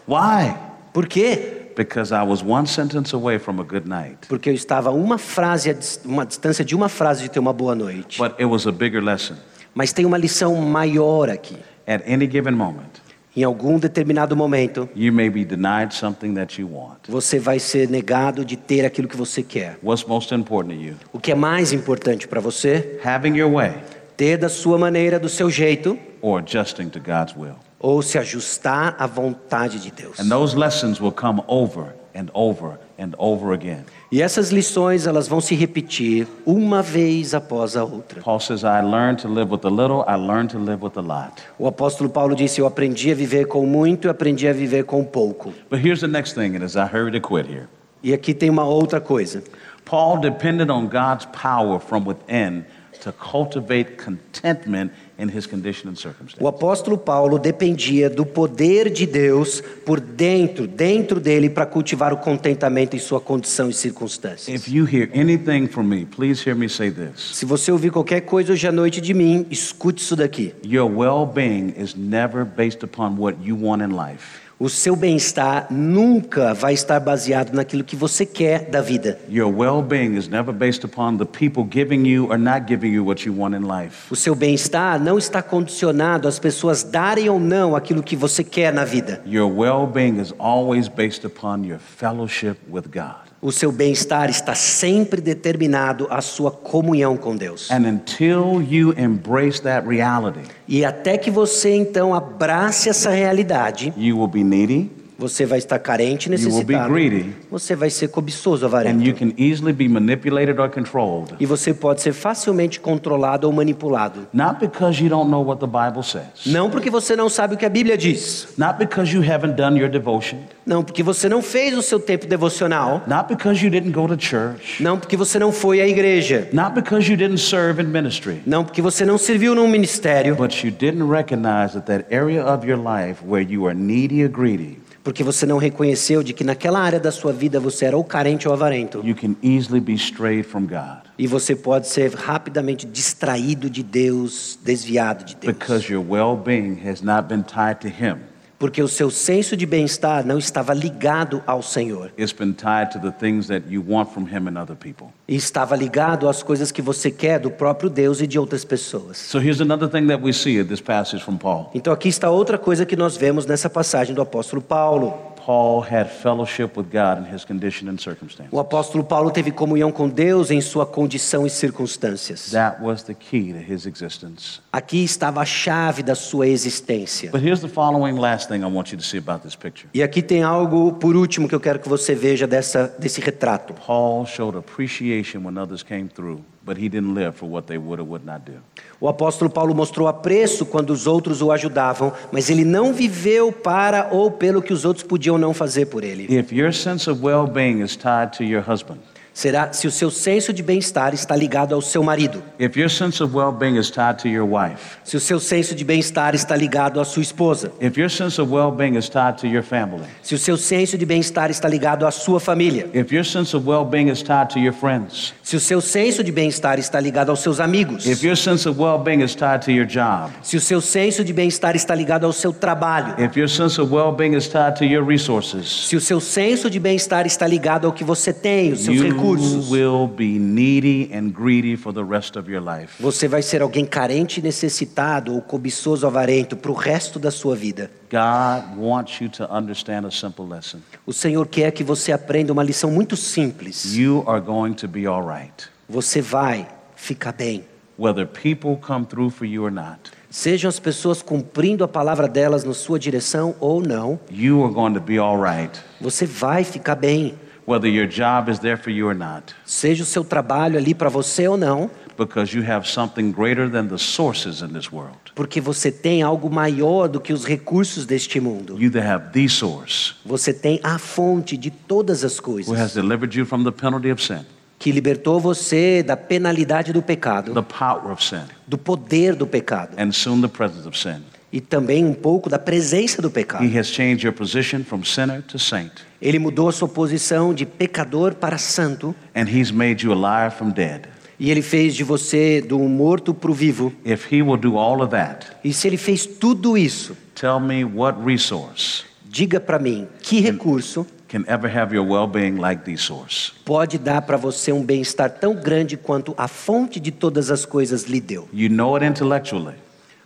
Speaker 2: Why?
Speaker 1: Por quê?
Speaker 2: Because I was one sentence away from a good night.
Speaker 1: Porque eu estava uma frase, a dis- uma distância de uma frase de ter uma boa noite.
Speaker 2: But it was a bigger lesson.
Speaker 1: Mas tem uma lição maior aqui.
Speaker 2: At any given moment,
Speaker 1: Em algum determinado momento,
Speaker 2: you may be denied something that you want.
Speaker 1: você vai ser negado de ter aquilo que você quer.
Speaker 2: What's most important to you?
Speaker 1: O que é mais importante para você
Speaker 2: Having your way
Speaker 1: ter da sua maneira, do seu jeito,
Speaker 2: or adjusting to God's will.
Speaker 1: ou se ajustar à vontade de Deus.
Speaker 2: And those lessons will come over and over and over again.
Speaker 1: E essas lições, elas vão se repetir uma vez após a outra.
Speaker 2: Paul says, I learned to live with a little, I learned to live with a lot.
Speaker 1: O apóstolo Paulo disse: Eu aprendi a viver com muito e aprendi a viver com pouco.
Speaker 2: But here's the next thing, and as I hurry to quit here,
Speaker 1: E aqui tem uma outra coisa.
Speaker 2: Paul depended on God's power from within to cultivate contentment in his condition and circumstance.
Speaker 1: O apóstolo Paulo dependia do poder de Deus por dentro, dentro dele, para cultivar o contentamento em sua condição e circunstâncias.
Speaker 2: If you hear anything from me, please hear me say this.
Speaker 1: Se você ouvir qualquer coisa hoje à noite de mim, escute isso daqui.
Speaker 2: Your well being is never based upon what you want in life.
Speaker 1: O seu bem-estar nunca vai estar baseado naquilo que você quer da vida.
Speaker 2: Your well being is never based upon the people giving you or not giving you what you want in life.
Speaker 1: O seu bem-estar não está condicionado às pessoas darem ou não aquilo que você quer na vida.
Speaker 2: Your well being is always based upon your fellowship with God.
Speaker 1: O seu bem-estar está sempre determinado à sua comunhão com Deus.
Speaker 2: And until you embrace that reality,
Speaker 1: E até que você então abrace essa realidade,
Speaker 2: you will be needy
Speaker 1: você vai estar carente,
Speaker 2: You will be
Speaker 1: necessitado.
Speaker 2: greedy.
Speaker 1: Você vai ser cobiçoso,
Speaker 2: and you
Speaker 1: avarento.
Speaker 2: can easily be manipulated or controlled.
Speaker 1: E você pode ser facilmente controlado ou manipulado.
Speaker 2: Not because you don't know what the Bible says,
Speaker 1: Não porque você não sabe o que a Bíblia diz.
Speaker 2: not because you haven't done your devotion,
Speaker 1: Não porque você não fez o seu tempo devocional.
Speaker 2: not because you didn't go to church,
Speaker 1: Não porque você não foi à igreja.
Speaker 2: not because you didn't serve in ministry,
Speaker 1: Não porque você não serviu num ministério.
Speaker 2: but you didn't recognize that that area of your life where you are needy or greedy,
Speaker 1: Porque você não reconheceu de que naquela área da sua vida você era ou carente ou avarento.
Speaker 2: you can easily be strayed from God
Speaker 1: E você pode ser rapidamente distraído de Deus, desviado de Deus.
Speaker 2: because your well being has not been tied to Him.
Speaker 1: Porque o seu senso de bem-estar não estava ligado ao Senhor.
Speaker 2: It's been tied to the things that you want from Him and other people.
Speaker 1: E estava ligado às coisas que você quer do próprio Deus e de outras pessoas.
Speaker 2: So here's another thing that we see in this passage from Paul
Speaker 1: Então aqui está outra coisa que nós vemos nessa passagem do apóstolo Paulo.
Speaker 2: Paul had fellowship with God in his condition and circumstance.
Speaker 1: O apóstolo Paulo teve comunhão com Deus em sua condição e circunstâncias.
Speaker 2: That was the key to his existence.
Speaker 1: Aqui estava a chave da sua existência.
Speaker 2: But here's the following last thing I want you to see about this picture
Speaker 1: E aqui tem algo por último que eu quero que você veja dessa, desse retrato.
Speaker 2: Paul showed appreciation when others came through, but he didn't live for what they would or would not do.
Speaker 1: O apóstolo Paulo mostrou apreço quando os outros o ajudavam, mas ele não viveu para ou pelo que os outros podiam não fazer por ele.
Speaker 2: If your sense of well being is tied to your husband,
Speaker 1: Será se o seu senso de bem-estar está ligado ao seu marido,
Speaker 2: if your sense of well being is tied to your wife,
Speaker 1: se o seu senso de bem-estar está ligado à sua esposa,
Speaker 2: if your sense of well being is tied to your family,
Speaker 1: se o seu senso de bem-estar está ligado à sua família,
Speaker 2: if your sense of well being is tied to your friends,
Speaker 1: se o seu senso de bem-estar está ligado aos seus amigos,
Speaker 2: if your sense of well being is tied to your job,
Speaker 1: se o seu senso de bem-estar está ligado ao seu trabalho,
Speaker 2: if your sense of well being is tied to your resources,
Speaker 1: se o seu senso de bem-estar está ligado ao que você tem, os seus
Speaker 2: you
Speaker 1: recursos,
Speaker 2: will be needy and greedy for the rest of your life.
Speaker 1: Você vai ser alguém carente, necessitado ou cobiçoso, avarento para o resto da sua vida.
Speaker 2: God wants you to understand a simple lesson.
Speaker 1: O Senhor quer que você aprenda uma lição muito simples.
Speaker 2: You are going to be all right,
Speaker 1: Você vai ficar bem.
Speaker 2: whether people come through for you or not.
Speaker 1: Sejam as pessoas cumprindo a palavra delas na sua direção ou não,
Speaker 2: You are going to be all right,
Speaker 1: você vai ficar bem.
Speaker 2: whether your job is there for you or not,
Speaker 1: Seja o seu trabalho ali para você ou não,
Speaker 2: because you have something greater than the sources in this world.
Speaker 1: porque você tem algo maior do que os recursos deste mundo.
Speaker 2: You either have the source
Speaker 1: Você tem a fonte de todas as
Speaker 2: who has
Speaker 1: coisas
Speaker 2: delivered you from the penalty of sin,
Speaker 1: que libertou você da penalidade do pecado,
Speaker 2: the power of sin,
Speaker 1: do poder do pecado.
Speaker 2: and soon the presence of sin.
Speaker 1: e também um pouco da presença do
Speaker 2: He
Speaker 1: pecado.
Speaker 2: has changed your position from sinner to saint,
Speaker 1: Ele mudou a sua posição de pecador para santo
Speaker 2: and He's made you alive from dead.
Speaker 1: e ele fez de você do morto para o vivo.
Speaker 2: If He will do all of that,
Speaker 1: E se ele fez tudo isso,
Speaker 2: tell me what resource
Speaker 1: diga para mim, que
Speaker 2: Uhum.
Speaker 1: recurso
Speaker 2: can ever have your well being like the source?
Speaker 1: pode dar para você um bem-estar tão grande quanto a fonte de todas as coisas lhe deu?
Speaker 2: You know it intellectually,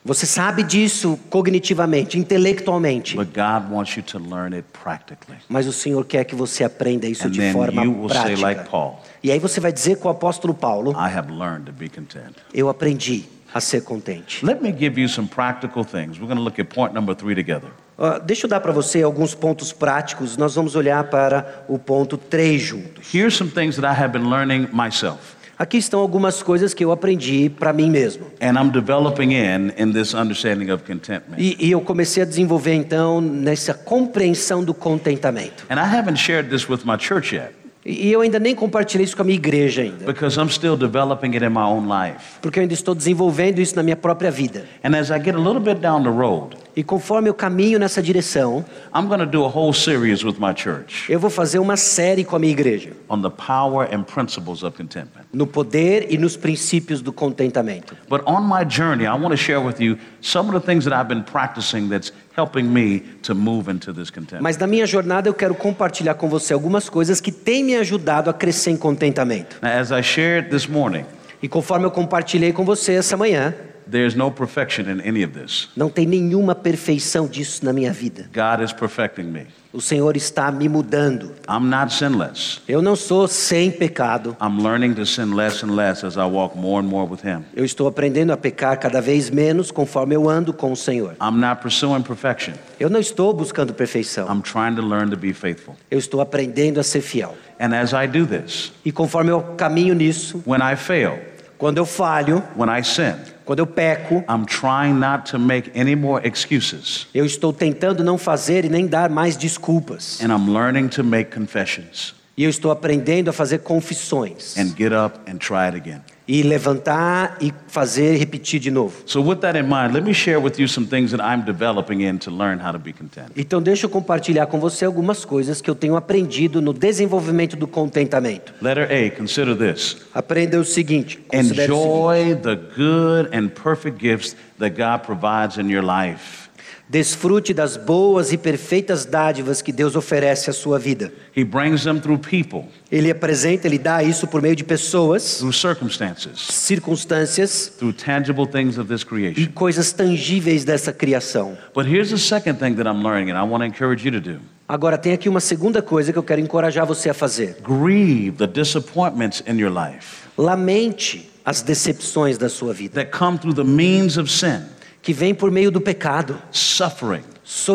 Speaker 1: Você sabe disso cognitivamente, intelectualmente,
Speaker 2: but God wants you to learn it practically.
Speaker 1: mas o Senhor quer que você aprenda isso
Speaker 2: And
Speaker 1: de forma
Speaker 2: then you will say, like
Speaker 1: prática.
Speaker 2: Paul,
Speaker 1: E aí você vai dizer com o apóstolo Paulo, "Ah,
Speaker 2: I have learned to be content.
Speaker 1: eu aprendi a ser contente.
Speaker 2: Let me give you some practical things. We're going to look at point number three together.
Speaker 1: Ó, deixa eu dar para você alguns pontos práticos. Nós vamos olhar para o ponto 3 juntos.
Speaker 2: Here's some things that I have been learning myself,
Speaker 1: Aqui estão algumas coisas que eu aprendi para mim mesmo.
Speaker 2: and I'm developing in in this understanding of contentment.
Speaker 1: E, e eu comecei a desenvolver então nessa compreensão do contentamento.
Speaker 2: And I haven't shared this with my church yet
Speaker 1: E, e eu ainda nem compartilhei isso com a minha igreja ainda,
Speaker 2: because I'm still developing it in my own life.
Speaker 1: porque eu ainda estou desenvolvendo isso na minha própria vida.
Speaker 2: And as I get a little bit down the road,
Speaker 1: E conforme eu caminho nessa direção,
Speaker 2: I'm going to do a whole series with my church
Speaker 1: eu vou fazer uma série com a minha igreja
Speaker 2: on the power and principles of contentment.
Speaker 1: no poder e nos princípios do contentamento.
Speaker 2: But on my journey, I want to share with you some of the things that I've been practicing that's helping me to move into this contentment.
Speaker 1: Mas na minha jornada eu quero compartilhar com você algumas coisas que têm me ajudado a crescer em contentamento.
Speaker 2: Now, as I shared this morning,
Speaker 1: E conforme eu compartilhei com você essa manhã,
Speaker 2: there's no perfection in any of this.
Speaker 1: não tem nenhuma perfeição disso na minha vida.
Speaker 2: God is perfecting me.
Speaker 1: O Senhor está me mudando.
Speaker 2: I'm not sinless.
Speaker 1: Eu não sou sem pecado.
Speaker 2: I'm learning to sin less and less as I walk more and more with Him.
Speaker 1: Eu estou aprendendo a pecar cada vez menos conforme eu ando com o Senhor.
Speaker 2: I'm not pursuing perfection.
Speaker 1: Eu não estou buscando perfeição.
Speaker 2: I'm trying to learn to be faithful.
Speaker 1: Eu estou aprendendo a ser fiel.
Speaker 2: And as I do this,
Speaker 1: E conforme eu caminho nisso,
Speaker 2: when I fail,
Speaker 1: quando eu falho,
Speaker 2: when I sin,
Speaker 1: quando eu peco,
Speaker 2: I'm trying not to make any more excuses.
Speaker 1: eu estou tentando não fazer e nem dar mais desculpas.
Speaker 2: And I'm learning to make confessions
Speaker 1: E eu estou aprendendo a fazer confissões
Speaker 2: and get up and try it again.
Speaker 1: e levantar e fazer e repetir de novo.
Speaker 2: So, with that in mind, let me share with you some things that I'm developing in to learn how to be content.
Speaker 1: Então deixa eu compartilhar com você algumas coisas que eu tenho aprendido no desenvolvimento do contentamento.
Speaker 2: Letter A, consider this.
Speaker 1: Aprenda o seguinte, considere o seguinte.
Speaker 2: Enjoy the good and perfect gifts that God provides in your life.
Speaker 1: Desfrute das boas e perfeitas dádivas que Deus oferece à sua vida.
Speaker 2: He brings them through people,
Speaker 1: Ele apresenta, ele dá isso por meio de pessoas,
Speaker 2: through circumstances,
Speaker 1: circunstâncias
Speaker 2: through tangible things of this
Speaker 1: e
Speaker 2: creation.
Speaker 1: coisas tangíveis dessa criação.
Speaker 2: But here's the second thing that I'm learning, and I want to encourage you to do
Speaker 1: Agora tem aqui uma segunda coisa que eu quero encorajar você a fazer.
Speaker 2: grieve the disappointments in your life
Speaker 1: Lamente as decepções da sua vida,
Speaker 2: that come through the means of sin,
Speaker 1: que vem por meio do pecado,
Speaker 2: suffering,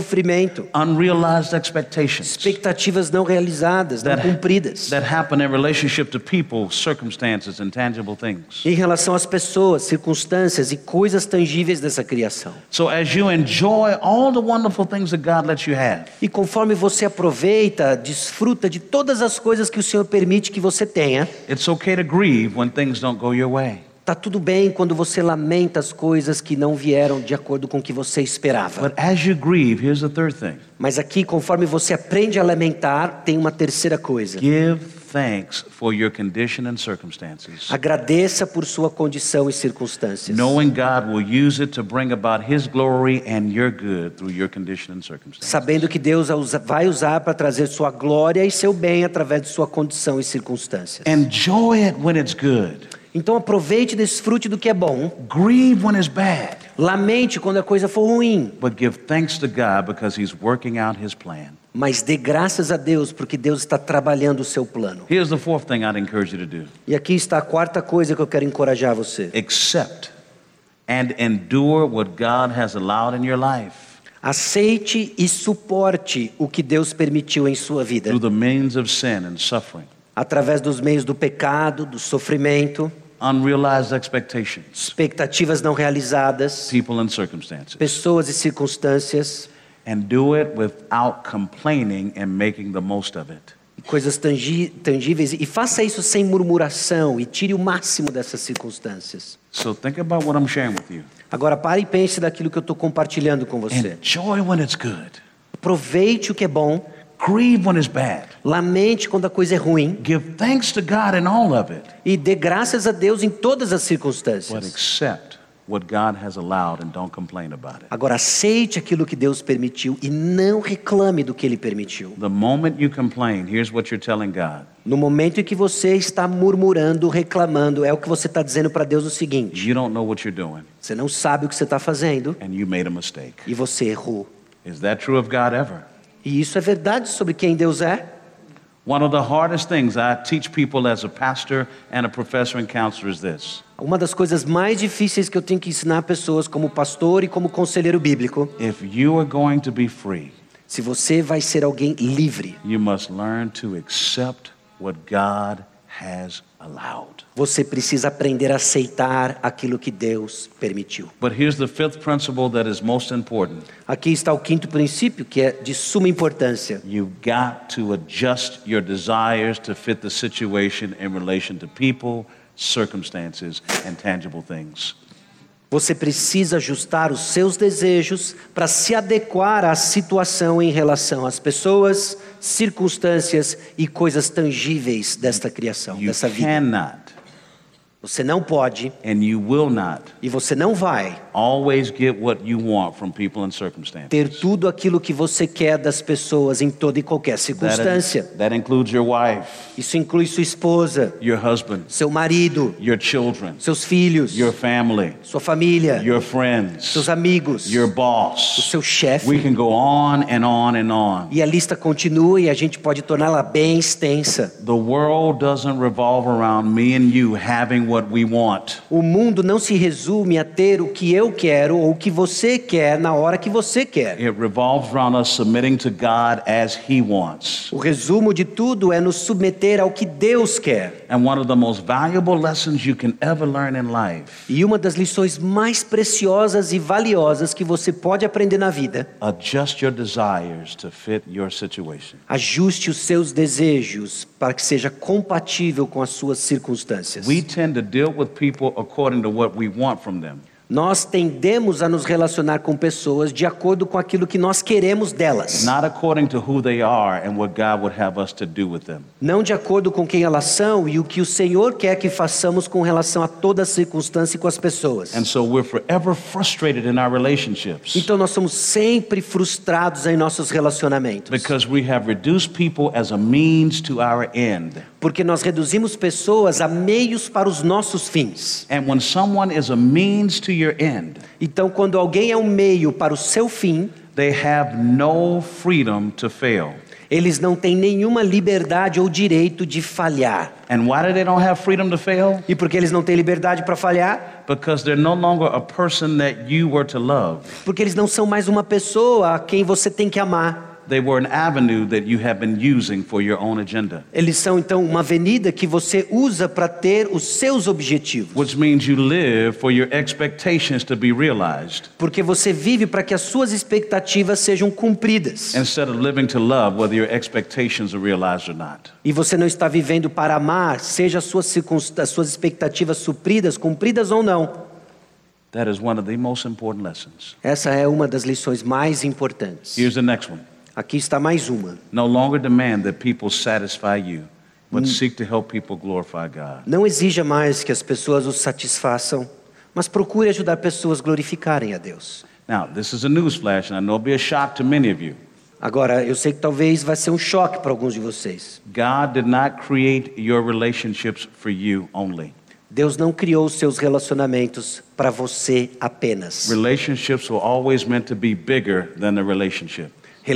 Speaker 1: sofrimento,
Speaker 2: unrealized expectations
Speaker 1: expectativas não realizadas, não cumpridas.
Speaker 2: that happen in relationship to people, circumstances, and tangible things.
Speaker 1: Em relação às pessoas, circunstâncias e coisas tangíveis dessa criação.
Speaker 2: So, as you enjoy all the wonderful things that God lets you have,
Speaker 1: E conforme você aproveita, desfruta de todas as coisas que o Senhor permite que você tenha,
Speaker 2: It's okay to grieve when things don't go your way.
Speaker 1: tá tudo bem quando você lamenta as coisas que não vieram de acordo com o que você esperava.
Speaker 2: But as you grieve, here's the third thing
Speaker 1: Mas aqui, conforme você aprende a lamentar, tem uma terceira coisa.
Speaker 2: give thanks for your condition and circumstances,
Speaker 1: Agradeça por sua condição e circunstâncias.
Speaker 2: knowing God will use it to bring about His glory and your good through your condition and circumstances.
Speaker 1: Sabendo que Deus a usa- vai usar para trazer sua glória e seu bem através de sua condição e circunstâncias.
Speaker 2: Enjoy it when it's good,
Speaker 1: Então aproveite e desfrute do que é bom.
Speaker 2: grieve when it's bad,
Speaker 1: Lamente quando a coisa for ruim.
Speaker 2: but give thanks to God because He's working out His plan.
Speaker 1: Mas dê graças a Deus porque Deus está trabalhando o seu plano.
Speaker 2: Here's the fourth thing I'd encourage you to do
Speaker 1: E aqui está a quarta coisa que eu quero encorajar você.
Speaker 2: accept and endure what God has allowed in your life.
Speaker 1: Aceite e suporte o que Deus permitiu em sua vida,
Speaker 2: through the means of sin and suffering,
Speaker 1: através dos meios do pecado, do sofrimento,
Speaker 2: unrealized expectations,
Speaker 1: expectativas não realizadas,
Speaker 2: people and circumstances.
Speaker 1: pessoas e circunstâncias,
Speaker 2: And do it without complaining and making the most of it.
Speaker 1: e coisas tangi- tangíveis. E faça isso sem murmuração e tire o máximo dessas circunstâncias.
Speaker 2: So think about what I'm sharing with you.
Speaker 1: Agora pare e pense daquilo que eu estou compartilhando com você.
Speaker 2: Enjoy when it's good,
Speaker 1: Aproveite o que é bom,
Speaker 2: grieve when it's bad,
Speaker 1: lamente quando a coisa é ruim
Speaker 2: give thanks to God in all of it,
Speaker 1: e dê graças a Deus em todas as
Speaker 2: but
Speaker 1: circunstâncias.
Speaker 2: accept what God has allowed and don't complain about it.
Speaker 1: Agora aceite aquilo que Deus permitiu e não reclame do que ele permitiu.
Speaker 2: The moment you complain, here's what you're telling God
Speaker 1: No momento em que você está murmurando, reclamando, é o que você está dizendo para Deus o seguinte:
Speaker 2: you don't know what you're doing,
Speaker 1: você não sabe o que você está fazendo
Speaker 2: and you made a mistake.
Speaker 1: e você errou.
Speaker 2: Is that true of God ever?
Speaker 1: E isso é verdade sobre quem Deus é.
Speaker 2: One of the hardest things I teach people as a pastor and a professor and counselor is this
Speaker 1: Uma das coisas mais difíceis que eu tenho que ensinar pessoas como pastor e como conselheiro bíblico,
Speaker 2: if you are going to be free,
Speaker 1: se você vai ser alguém livre,
Speaker 2: you must learn to accept what God has allowed.
Speaker 1: você precisa aprender a aceitar aquilo que Deus permitiu.
Speaker 2: But here's the fifth principle that is most important
Speaker 1: Aqui está o quinto princípio, que é de suma importância.
Speaker 2: you've got to adjust your desires to fit the situation in relation to people, circumstances, and tangible things.
Speaker 1: Você precisa ajustar os seus desejos para se adequar à situação em relação às pessoas, circunstâncias e coisas tangíveis desta criação,
Speaker 2: You
Speaker 1: dessa vida.
Speaker 2: cannot
Speaker 1: Você não pode
Speaker 2: and you will not
Speaker 1: e você não vai
Speaker 2: always get what you want from people and
Speaker 1: ter
Speaker 2: circumstances.
Speaker 1: tudo aquilo que você quer das pessoas em toda e qualquer
Speaker 2: That,
Speaker 1: circunstância.
Speaker 2: that includes your wife,
Speaker 1: Isso inclui sua esposa,
Speaker 2: your husband,
Speaker 1: seu marido,
Speaker 2: your children,
Speaker 1: seus filhos,
Speaker 2: your family,
Speaker 1: sua família,
Speaker 2: your friends,
Speaker 1: seus amigos,
Speaker 2: your
Speaker 1: o
Speaker 2: boss.
Speaker 1: seu
Speaker 2: We
Speaker 1: chefe.
Speaker 2: can go on and on and on.
Speaker 1: E a lista continua e a gente pode torná-la bem extensa.
Speaker 2: The world doesn't revolve around me and you having what we want.
Speaker 1: O mundo não se resume a ter o que eu quero ou o que você quer na hora que você quer.
Speaker 2: It revolves around us submitting to God as He wants.
Speaker 1: O resumo de tudo é nos submeter ao que Deus quer.
Speaker 2: And one of the most valuable lessons you can ever learn in life
Speaker 1: E uma das lições mais preciosas e valiosas que você pode aprender na vida,
Speaker 2: adjust your desires to fit your situation.
Speaker 1: ajuste os seus desejos para que seja compatível com as suas circunstâncias.
Speaker 2: We tend to deal with people according to what we want from them.
Speaker 1: Nós tendemos a nos relacionar com pessoas de acordo com aquilo que nós queremos delas,
Speaker 2: not according to who they are and what God would have us to do with them.
Speaker 1: não de acordo com quem elas são e o que o Senhor quer que façamos com relação a toda circunstância e com as pessoas.
Speaker 2: And so we're forever frustrated in our relationships
Speaker 1: Então nós somos sempre frustrados em nossos relacionamentos.
Speaker 2: because we have reduced people as a means to our end.
Speaker 1: Porque nós reduzimos pessoas a meios para os nossos fins.
Speaker 2: And when someone is a means to your end,
Speaker 1: Então, quando alguém é um meio para o seu fim,
Speaker 2: they have no freedom to fail.
Speaker 1: eles não têm nenhuma liberdade ou direito de falhar.
Speaker 2: And why do they don't have freedom to fail?
Speaker 1: E porque eles não têm liberdade para falhar?
Speaker 2: Because they're no longer a person that you were to love.
Speaker 1: Porque eles não são mais uma pessoa a quem você tem que amar.
Speaker 2: They were an avenue that you have been using for your own agenda,
Speaker 1: Eles são então uma avenida que você usa para ter os seus objetivos.
Speaker 2: which means you live for your expectations to be realized.
Speaker 1: Porque você vive para que as suas expectativas sejam cumpridas.
Speaker 2: instead of living to love, whether your expectations are realized or not.
Speaker 1: E você não está vivendo para amar, seja as suas, circunsta- as suas expectativas supridas, cumpridas ou não.
Speaker 2: That is one of the most important lessons.
Speaker 1: Essa é uma das lições mais importantes.
Speaker 2: Here's the next one
Speaker 1: Aqui está mais uma.
Speaker 2: No longer demand that people satisfy you, but seek to help people glorify God.
Speaker 1: Não exija mais que as pessoas os satisfaçam, mas procure ajudar pessoas a glorificarem a Deus.
Speaker 2: Now, this is a newsflash, and I know it'll be a shock to many of you.
Speaker 1: Agora, eu sei que talvez vai ser um choque para alguns de vocês.
Speaker 2: God did not create your relationships for you only.
Speaker 1: Deus não criou os seus relacionamentos para você apenas.
Speaker 2: Relationships were always meant to be bigger than the relationship.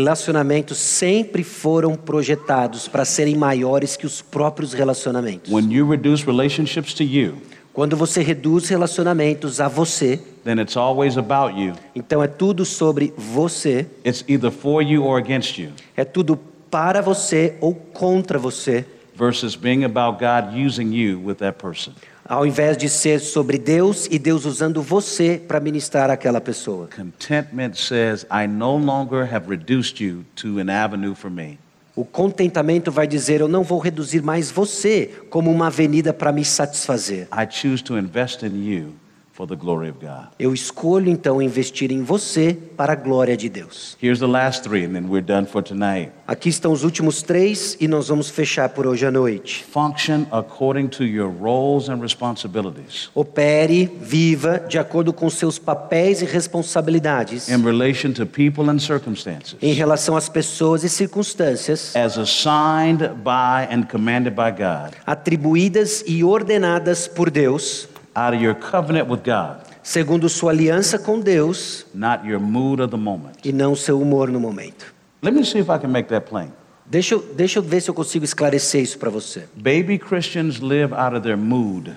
Speaker 1: Relacionamentos sempre foram projetados para serem maiores que os próprios relacionamentos.
Speaker 2: When you reduce relationships to you,
Speaker 1: Quando você reduz relacionamentos a você,
Speaker 2: then it's always about you.
Speaker 1: então é tudo sobre você,
Speaker 2: It's either for you or against you.
Speaker 1: é tudo para você ou contra você,
Speaker 2: versus being about God using you with that person.
Speaker 1: ao invés de ser sobre Deus e Deus usando você para ministrar aquela pessoa.
Speaker 2: Contentment says, I no longer have reduced you to an avenue for me.
Speaker 1: O contentamento vai dizer: eu não vou reduzir mais você como uma avenida para me satisfazer.
Speaker 2: I choose to invest in you for the glory of God.
Speaker 1: Eu escolho então investir em você para a glória de Deus.
Speaker 2: Here's the last three, and then we're done for tonight.
Speaker 1: Aqui estão os últimos três e nós vamos fechar por hoje à noite.
Speaker 2: Function according to your roles and responsibilities
Speaker 1: Opere, viva de acordo com seus papéis e responsabilidades
Speaker 2: in relation to people and circumstances
Speaker 1: em relação às pessoas e circunstâncias
Speaker 2: as assigned by and commanded by God
Speaker 1: atribuídas e ordenadas por Deus,
Speaker 2: out of your covenant with God,
Speaker 1: segundo sua aliança com Deus
Speaker 2: not your mood of the moment.
Speaker 1: e não seu humor no momento.
Speaker 2: Let me see if I can make that plain.
Speaker 1: Deixa eu, deixa eu ver se eu consigo esclarecer isso para você.
Speaker 2: Baby Christians live out of their mood.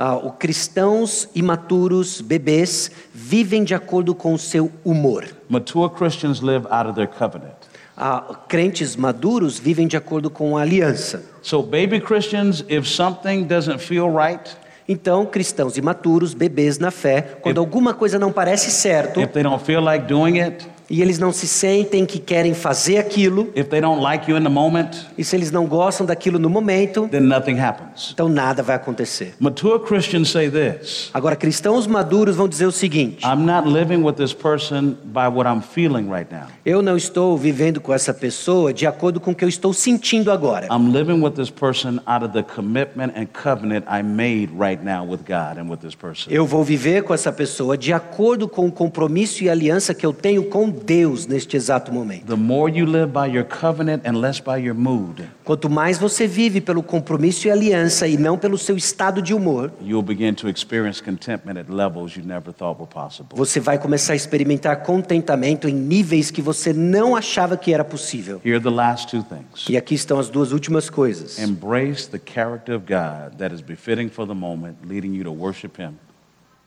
Speaker 1: Ah, o cristãos imaturos, bebês, vivem de acordo com o seu humor.
Speaker 2: Mature Christians live out of their covenant.
Speaker 1: Ah, crentes maduros vivem de acordo com a aliança.
Speaker 2: So, baby Christians, if something doesn't feel right,
Speaker 1: Então, cristãos imaturos, bebês na fé, quando alguma coisa não parece certo,
Speaker 2: É. if they don't feel like doing it,
Speaker 1: e eles não se sentem que querem fazer aquilo,
Speaker 2: If they don't like you in the moment,
Speaker 1: e se eles não gostam daquilo no momento,
Speaker 2: then nothing happens.
Speaker 1: então nada vai acontecer.
Speaker 2: Mature Christians say this
Speaker 1: Agora, cristãos maduros vão dizer o seguinte:
Speaker 2: I'm not living with this person by what I'm feeling right now.
Speaker 1: eu não estou vivendo com essa pessoa de acordo com o que eu estou sentindo agora.
Speaker 2: I'm living with this person out of the commitment and covenant I made right now with God and with this person.
Speaker 1: Eu vou viver com essa pessoa de acordo com o compromisso e aliança que eu tenho com Deus neste exato momento.
Speaker 2: The more you live by your covenant and less by your mood,
Speaker 1: Quanto mais você vive pelo compromisso e aliança e não pelo seu estado de humor,
Speaker 2: you'll begin to experience contentment at levels you never thought were possible.
Speaker 1: você vai começar a experimentar contentamento em níveis que você não achava que era possível.
Speaker 2: Here are the last two things
Speaker 1: E aqui estão as duas últimas coisas.
Speaker 2: embrace the character of God that is befitting for the moment, leading you to worship Him.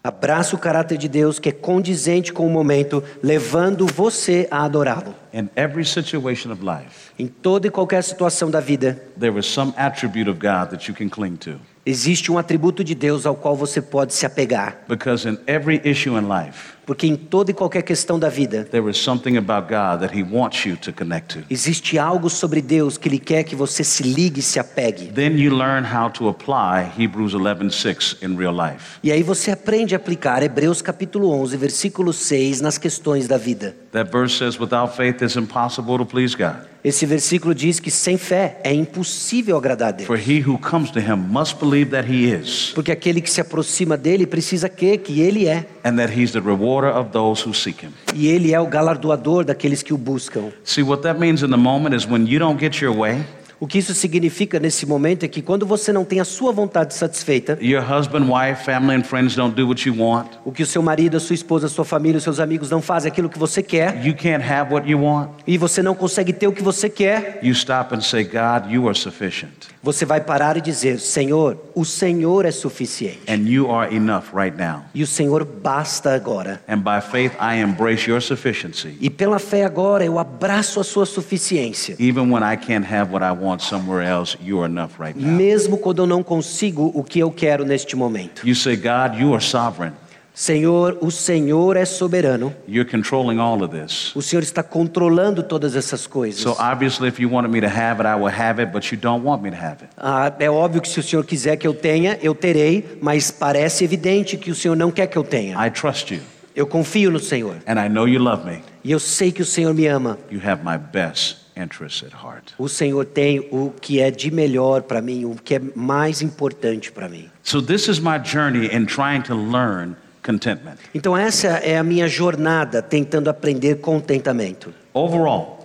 Speaker 1: Abraça o caráter de Deus que é condizente com o momento, levando você a adorá-lo.
Speaker 2: In every situation of life,
Speaker 1: Em toda e qualquer situação da vida,
Speaker 2: there is some attribute of God that you can cling to.
Speaker 1: existe um atributo de Deus ao qual você pode se apegar.
Speaker 2: Because in every issue in life,
Speaker 1: Porque em toda e qualquer questão da vida,
Speaker 2: there is something about God that He wants you to connect to.
Speaker 1: existe algo sobre Deus que Ele quer que você se ligue e se apegue.
Speaker 2: Then you learn how to apply Hebrews 11:6 in real life.
Speaker 1: E aí você aprende a aplicar Hebreus capítulo 11, versículo 6 nas questões da vida.
Speaker 2: That verse says, "Without faith, it's impossible to please God.
Speaker 1: Esse versículo diz que sem fé é impossível agradar a
Speaker 2: For
Speaker 1: Deus.
Speaker 2: he who comes to Him must believe that He is,
Speaker 1: Porque aquele que se aproxima dele precisa crer que ele é.
Speaker 2: and that He's the rewarder of those who seek Him."
Speaker 1: E ele é o galardoador daqueles que o buscam.
Speaker 2: See what that means in the moment is when you don't get your way,
Speaker 1: O que isso significa nesse momento é que quando você não tem a sua vontade satisfeita,
Speaker 2: your husband, wife, family, and friends don't do what you want.
Speaker 1: o que o seu marido, a sua esposa, a sua família, os seus amigos não fazem aquilo que você quer,
Speaker 2: You can't have what you want.
Speaker 1: e você não consegue ter o que você quer,
Speaker 2: You stop and say, "God, you are sufficient,
Speaker 1: você vai parar e dizer: Senhor, o Senhor é suficiente.
Speaker 2: and you are enough right now."
Speaker 1: E o Senhor basta agora.
Speaker 2: And by faith, I embrace your sufficiency.
Speaker 1: E pela fé agora eu abraço a sua suficiência.
Speaker 2: Even when I can't have what I want somewhere else, you are enough right now.
Speaker 1: Mesmo quando eu não consigo o que eu quero neste momento.
Speaker 2: You say, God, you are sovereign.
Speaker 1: Senhor, o Senhor é soberano.
Speaker 2: You're controlling all of this.
Speaker 1: O Senhor está controlando todas essas coisas.
Speaker 2: So obviously, if you wanted me to have it, I will have it, but you don't want me to have it.
Speaker 1: Ah, é óbvio que se o Senhor quiser que eu tenha, eu terei, mas parece evidente que o Senhor não quer que eu tenha.
Speaker 2: I trust you,
Speaker 1: Eu confio no Senhor
Speaker 2: and I know you love me.
Speaker 1: e eu sei que o Senhor me ama.
Speaker 2: You have my best interests at heart.
Speaker 1: O Senhor tem o que é de melhor para mim, o que é mais importante para mim.
Speaker 2: So, this is my journey in trying to learn contentment.
Speaker 1: Então essa é a minha jornada tentando aprender contentamento.
Speaker 2: Overall,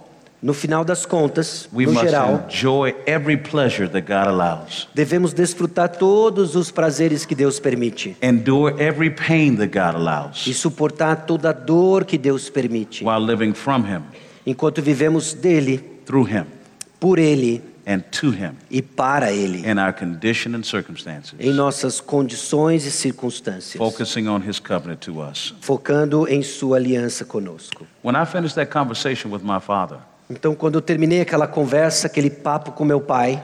Speaker 1: No final das contas,
Speaker 2: we
Speaker 1: no
Speaker 2: must
Speaker 1: geral,
Speaker 2: enjoy every pleasure that God allows,
Speaker 1: devemos desfrutar todos os prazeres que Deus permite
Speaker 2: endure every pain that God allows
Speaker 1: e suportar toda a dor que Deus permite,
Speaker 2: while living from Him,
Speaker 1: enquanto vivemos dele,
Speaker 2: through Him,
Speaker 1: por ele
Speaker 2: and to Him.
Speaker 1: e para ele.
Speaker 2: in our condition and
Speaker 1: em
Speaker 2: circumstances,
Speaker 1: nossas condições e circunstâncias,
Speaker 2: focusing on His covenant to us.
Speaker 1: focando em sua aliança conosco.
Speaker 2: When I finished that conversation with my father,
Speaker 1: Então, quando eu terminei aquela conversa, aquele papo com meu pai,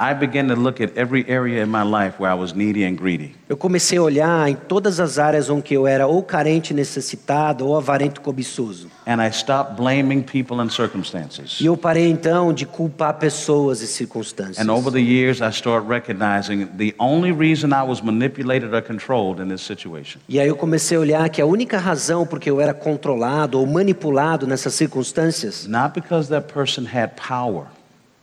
Speaker 2: I began to look at every area in my life where I was needy and greedy.
Speaker 1: eu comecei a olhar em todas as áreas onde eu era ou carente, necessitado ou avarento, cobiçoso.
Speaker 2: And I stopped blaming people and circumstances.
Speaker 1: E eu parei então de culpar pessoas e circunstâncias.
Speaker 2: And over the years, I started recognizing the only reason I was manipulated or controlled in this situation
Speaker 1: E aí eu comecei a olhar que a única razão porque eu era controlado ou manipulado nessas circunstâncias
Speaker 2: is not because that person had power,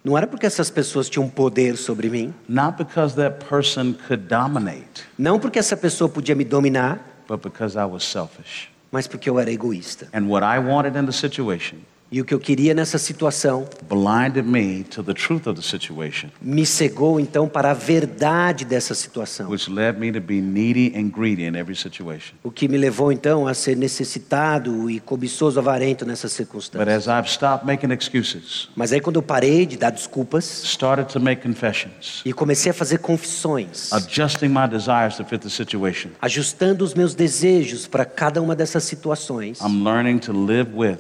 Speaker 1: não era porque essas pessoas tinham poder sobre mim,
Speaker 2: not because that person could dominate,
Speaker 1: não porque essa pessoa podia me dominar,
Speaker 2: but because I was selfish.
Speaker 1: mas porque eu era egoísta.
Speaker 2: And what I wanted in the situation
Speaker 1: E o que eu queria nessa situação
Speaker 2: blinded me to the truth of the situation,
Speaker 1: me cegou então para a verdade dessa situação,
Speaker 2: which led me to be needy and greedy in every situation.
Speaker 1: o que me levou então a ser necessitado e cobiçoso avarento nessas
Speaker 2: But
Speaker 1: circunstâncias.
Speaker 2: as I've stopped making excuses,
Speaker 1: Mas aí quando eu parei de dar desculpas
Speaker 2: started to make confessions,
Speaker 1: e comecei a fazer confissões,
Speaker 2: adjusting my desires to fit the situation,
Speaker 1: ajustando os meus desejos para cada uma dessas situações,
Speaker 2: I'm learning to live with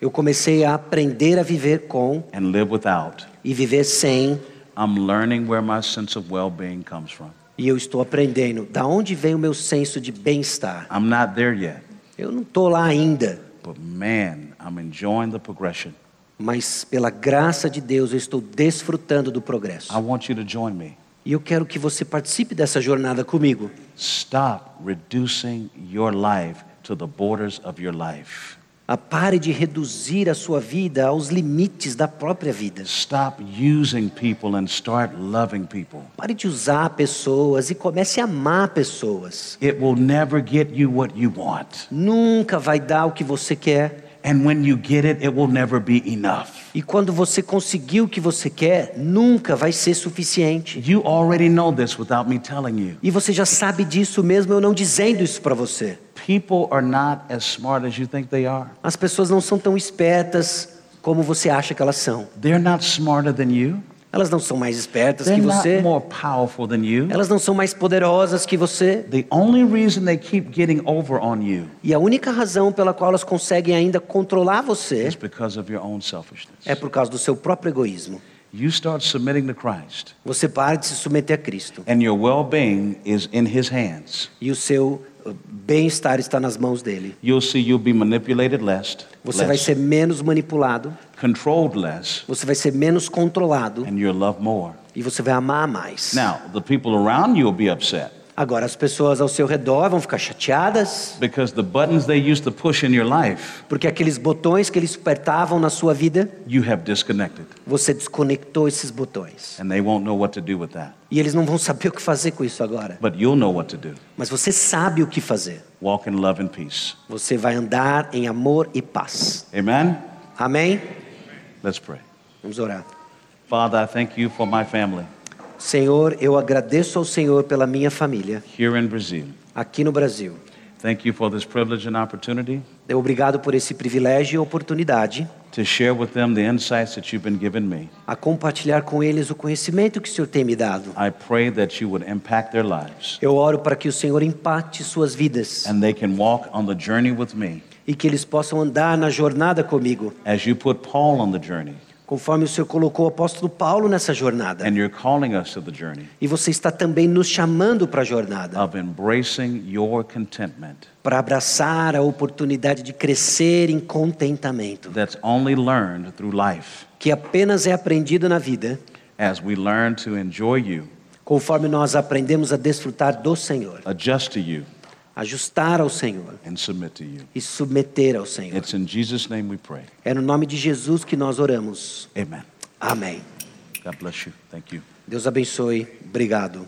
Speaker 1: eu comecei a aprender a viver com
Speaker 2: and live without.
Speaker 1: e viver sem,
Speaker 2: I'm learning where my sense of well being comes from.
Speaker 1: e eu estou aprendendo da onde vem o meu senso de bem-estar.
Speaker 2: I'm not there yet,
Speaker 1: Eu não estou lá ainda,
Speaker 2: but man, I'm enjoying the progression.
Speaker 1: Mas pela graça de Deus eu estou desfrutando do progresso.
Speaker 2: I want you to join me.
Speaker 1: E eu quero que você participe dessa jornada comigo.
Speaker 2: Stop reducing your life to the borders of your life.
Speaker 1: Ah, Pare de reduzir a sua vida aos limites da própria vida.
Speaker 2: Stop using people and start loving people.
Speaker 1: Pare de usar pessoas e comece a amar pessoas.
Speaker 2: It will never get you what you want.
Speaker 1: Nunca vai dar o que você quer.
Speaker 2: And when you get it, it will never be enough.
Speaker 1: E quando você conseguir o que você quer, nunca vai ser suficiente.
Speaker 2: You already know this without me telling you.
Speaker 1: E você já sabe disso mesmo eu não dizendo isso para você.
Speaker 2: People are not as smart as you think they are.
Speaker 1: As pessoas não são tão espertas como você acha que elas são.
Speaker 2: They're not smarter than you.
Speaker 1: Elas não são mais espertas
Speaker 2: They're
Speaker 1: que
Speaker 2: not
Speaker 1: você.
Speaker 2: more powerful than you.
Speaker 1: Elas não são mais poderosas que você.
Speaker 2: The only reason they keep getting over on you
Speaker 1: E a única razão pela qual elas conseguem ainda controlar você
Speaker 2: is because of your own selfishness.
Speaker 1: é por causa do seu próprio egoísmo.
Speaker 2: You start submitting to Christ,
Speaker 1: Você para de se submeter a Cristo
Speaker 2: and your well being is in His hands.
Speaker 1: e o seu uh, bem-estar está nas mãos dele.
Speaker 2: You'll see you'll be manipulated less,
Speaker 1: Você vai
Speaker 2: less
Speaker 1: ser menos manipulado,
Speaker 2: controlled less,
Speaker 1: você vai ser menos controlado
Speaker 2: and you'll love more.
Speaker 1: e você vai amar mais.
Speaker 2: Now, the people around you will be upset
Speaker 1: Agora, as pessoas ao seu redor vão ficar chateadas
Speaker 2: because the buttons they used to push in your life,
Speaker 1: porque aqueles botões que eles apertavam na sua vida,
Speaker 2: you have disconnected,
Speaker 1: você desconectou esses botões.
Speaker 2: and they won't know what to do with that.
Speaker 1: E eles não vão saber o que fazer com isso agora.
Speaker 2: But you'll know what to do.
Speaker 1: Mas você sabe o que fazer.
Speaker 2: Walk in love and peace.
Speaker 1: Você vai andar em amor e paz.
Speaker 2: Amen?
Speaker 1: Amém?
Speaker 2: Let's pray.
Speaker 1: Vamos orar.
Speaker 2: Father, I thank you for my family
Speaker 1: Senhor, eu agradeço ao Senhor pela minha família
Speaker 2: here in Brazil.
Speaker 1: aqui no Brasil.
Speaker 2: Thank you for this privilege and opportunity
Speaker 1: Eu obrigado por esse privilégio e oportunidade
Speaker 2: to share with them the insights that you've been giving me.
Speaker 1: a compartilhar com eles o conhecimento que o Senhor tem me dado.
Speaker 2: I pray that you would impact their lives
Speaker 1: Eu oro para que o Senhor impacte suas vidas
Speaker 2: and they can walk on the journey with me
Speaker 1: e que eles possam andar na jornada comigo,
Speaker 2: as you put Paul on the journey
Speaker 1: conforme o Senhor colocou o apóstolo Paulo nessa jornada.
Speaker 2: and you're calling us to the journey
Speaker 1: E você está também nos chamando para a jornada,
Speaker 2: of embracing your contentment
Speaker 1: para abraçar a oportunidade de crescer em contentamento,
Speaker 2: that's only learned through life
Speaker 1: que apenas é aprendido na vida,
Speaker 2: as we learn to enjoy you,
Speaker 1: conforme nós aprendemos a desfrutar do Senhor,
Speaker 2: adjust to you,
Speaker 1: ajustar ao Senhor
Speaker 2: and submit to you.
Speaker 1: e submeter ao Senhor.
Speaker 2: It's in Jesus' name we pray.
Speaker 1: É no nome de Jesus que nós oramos.
Speaker 2: Amen.
Speaker 1: Amém.
Speaker 2: God bless you. Thank you.
Speaker 1: Deus abençoe. Obrigado.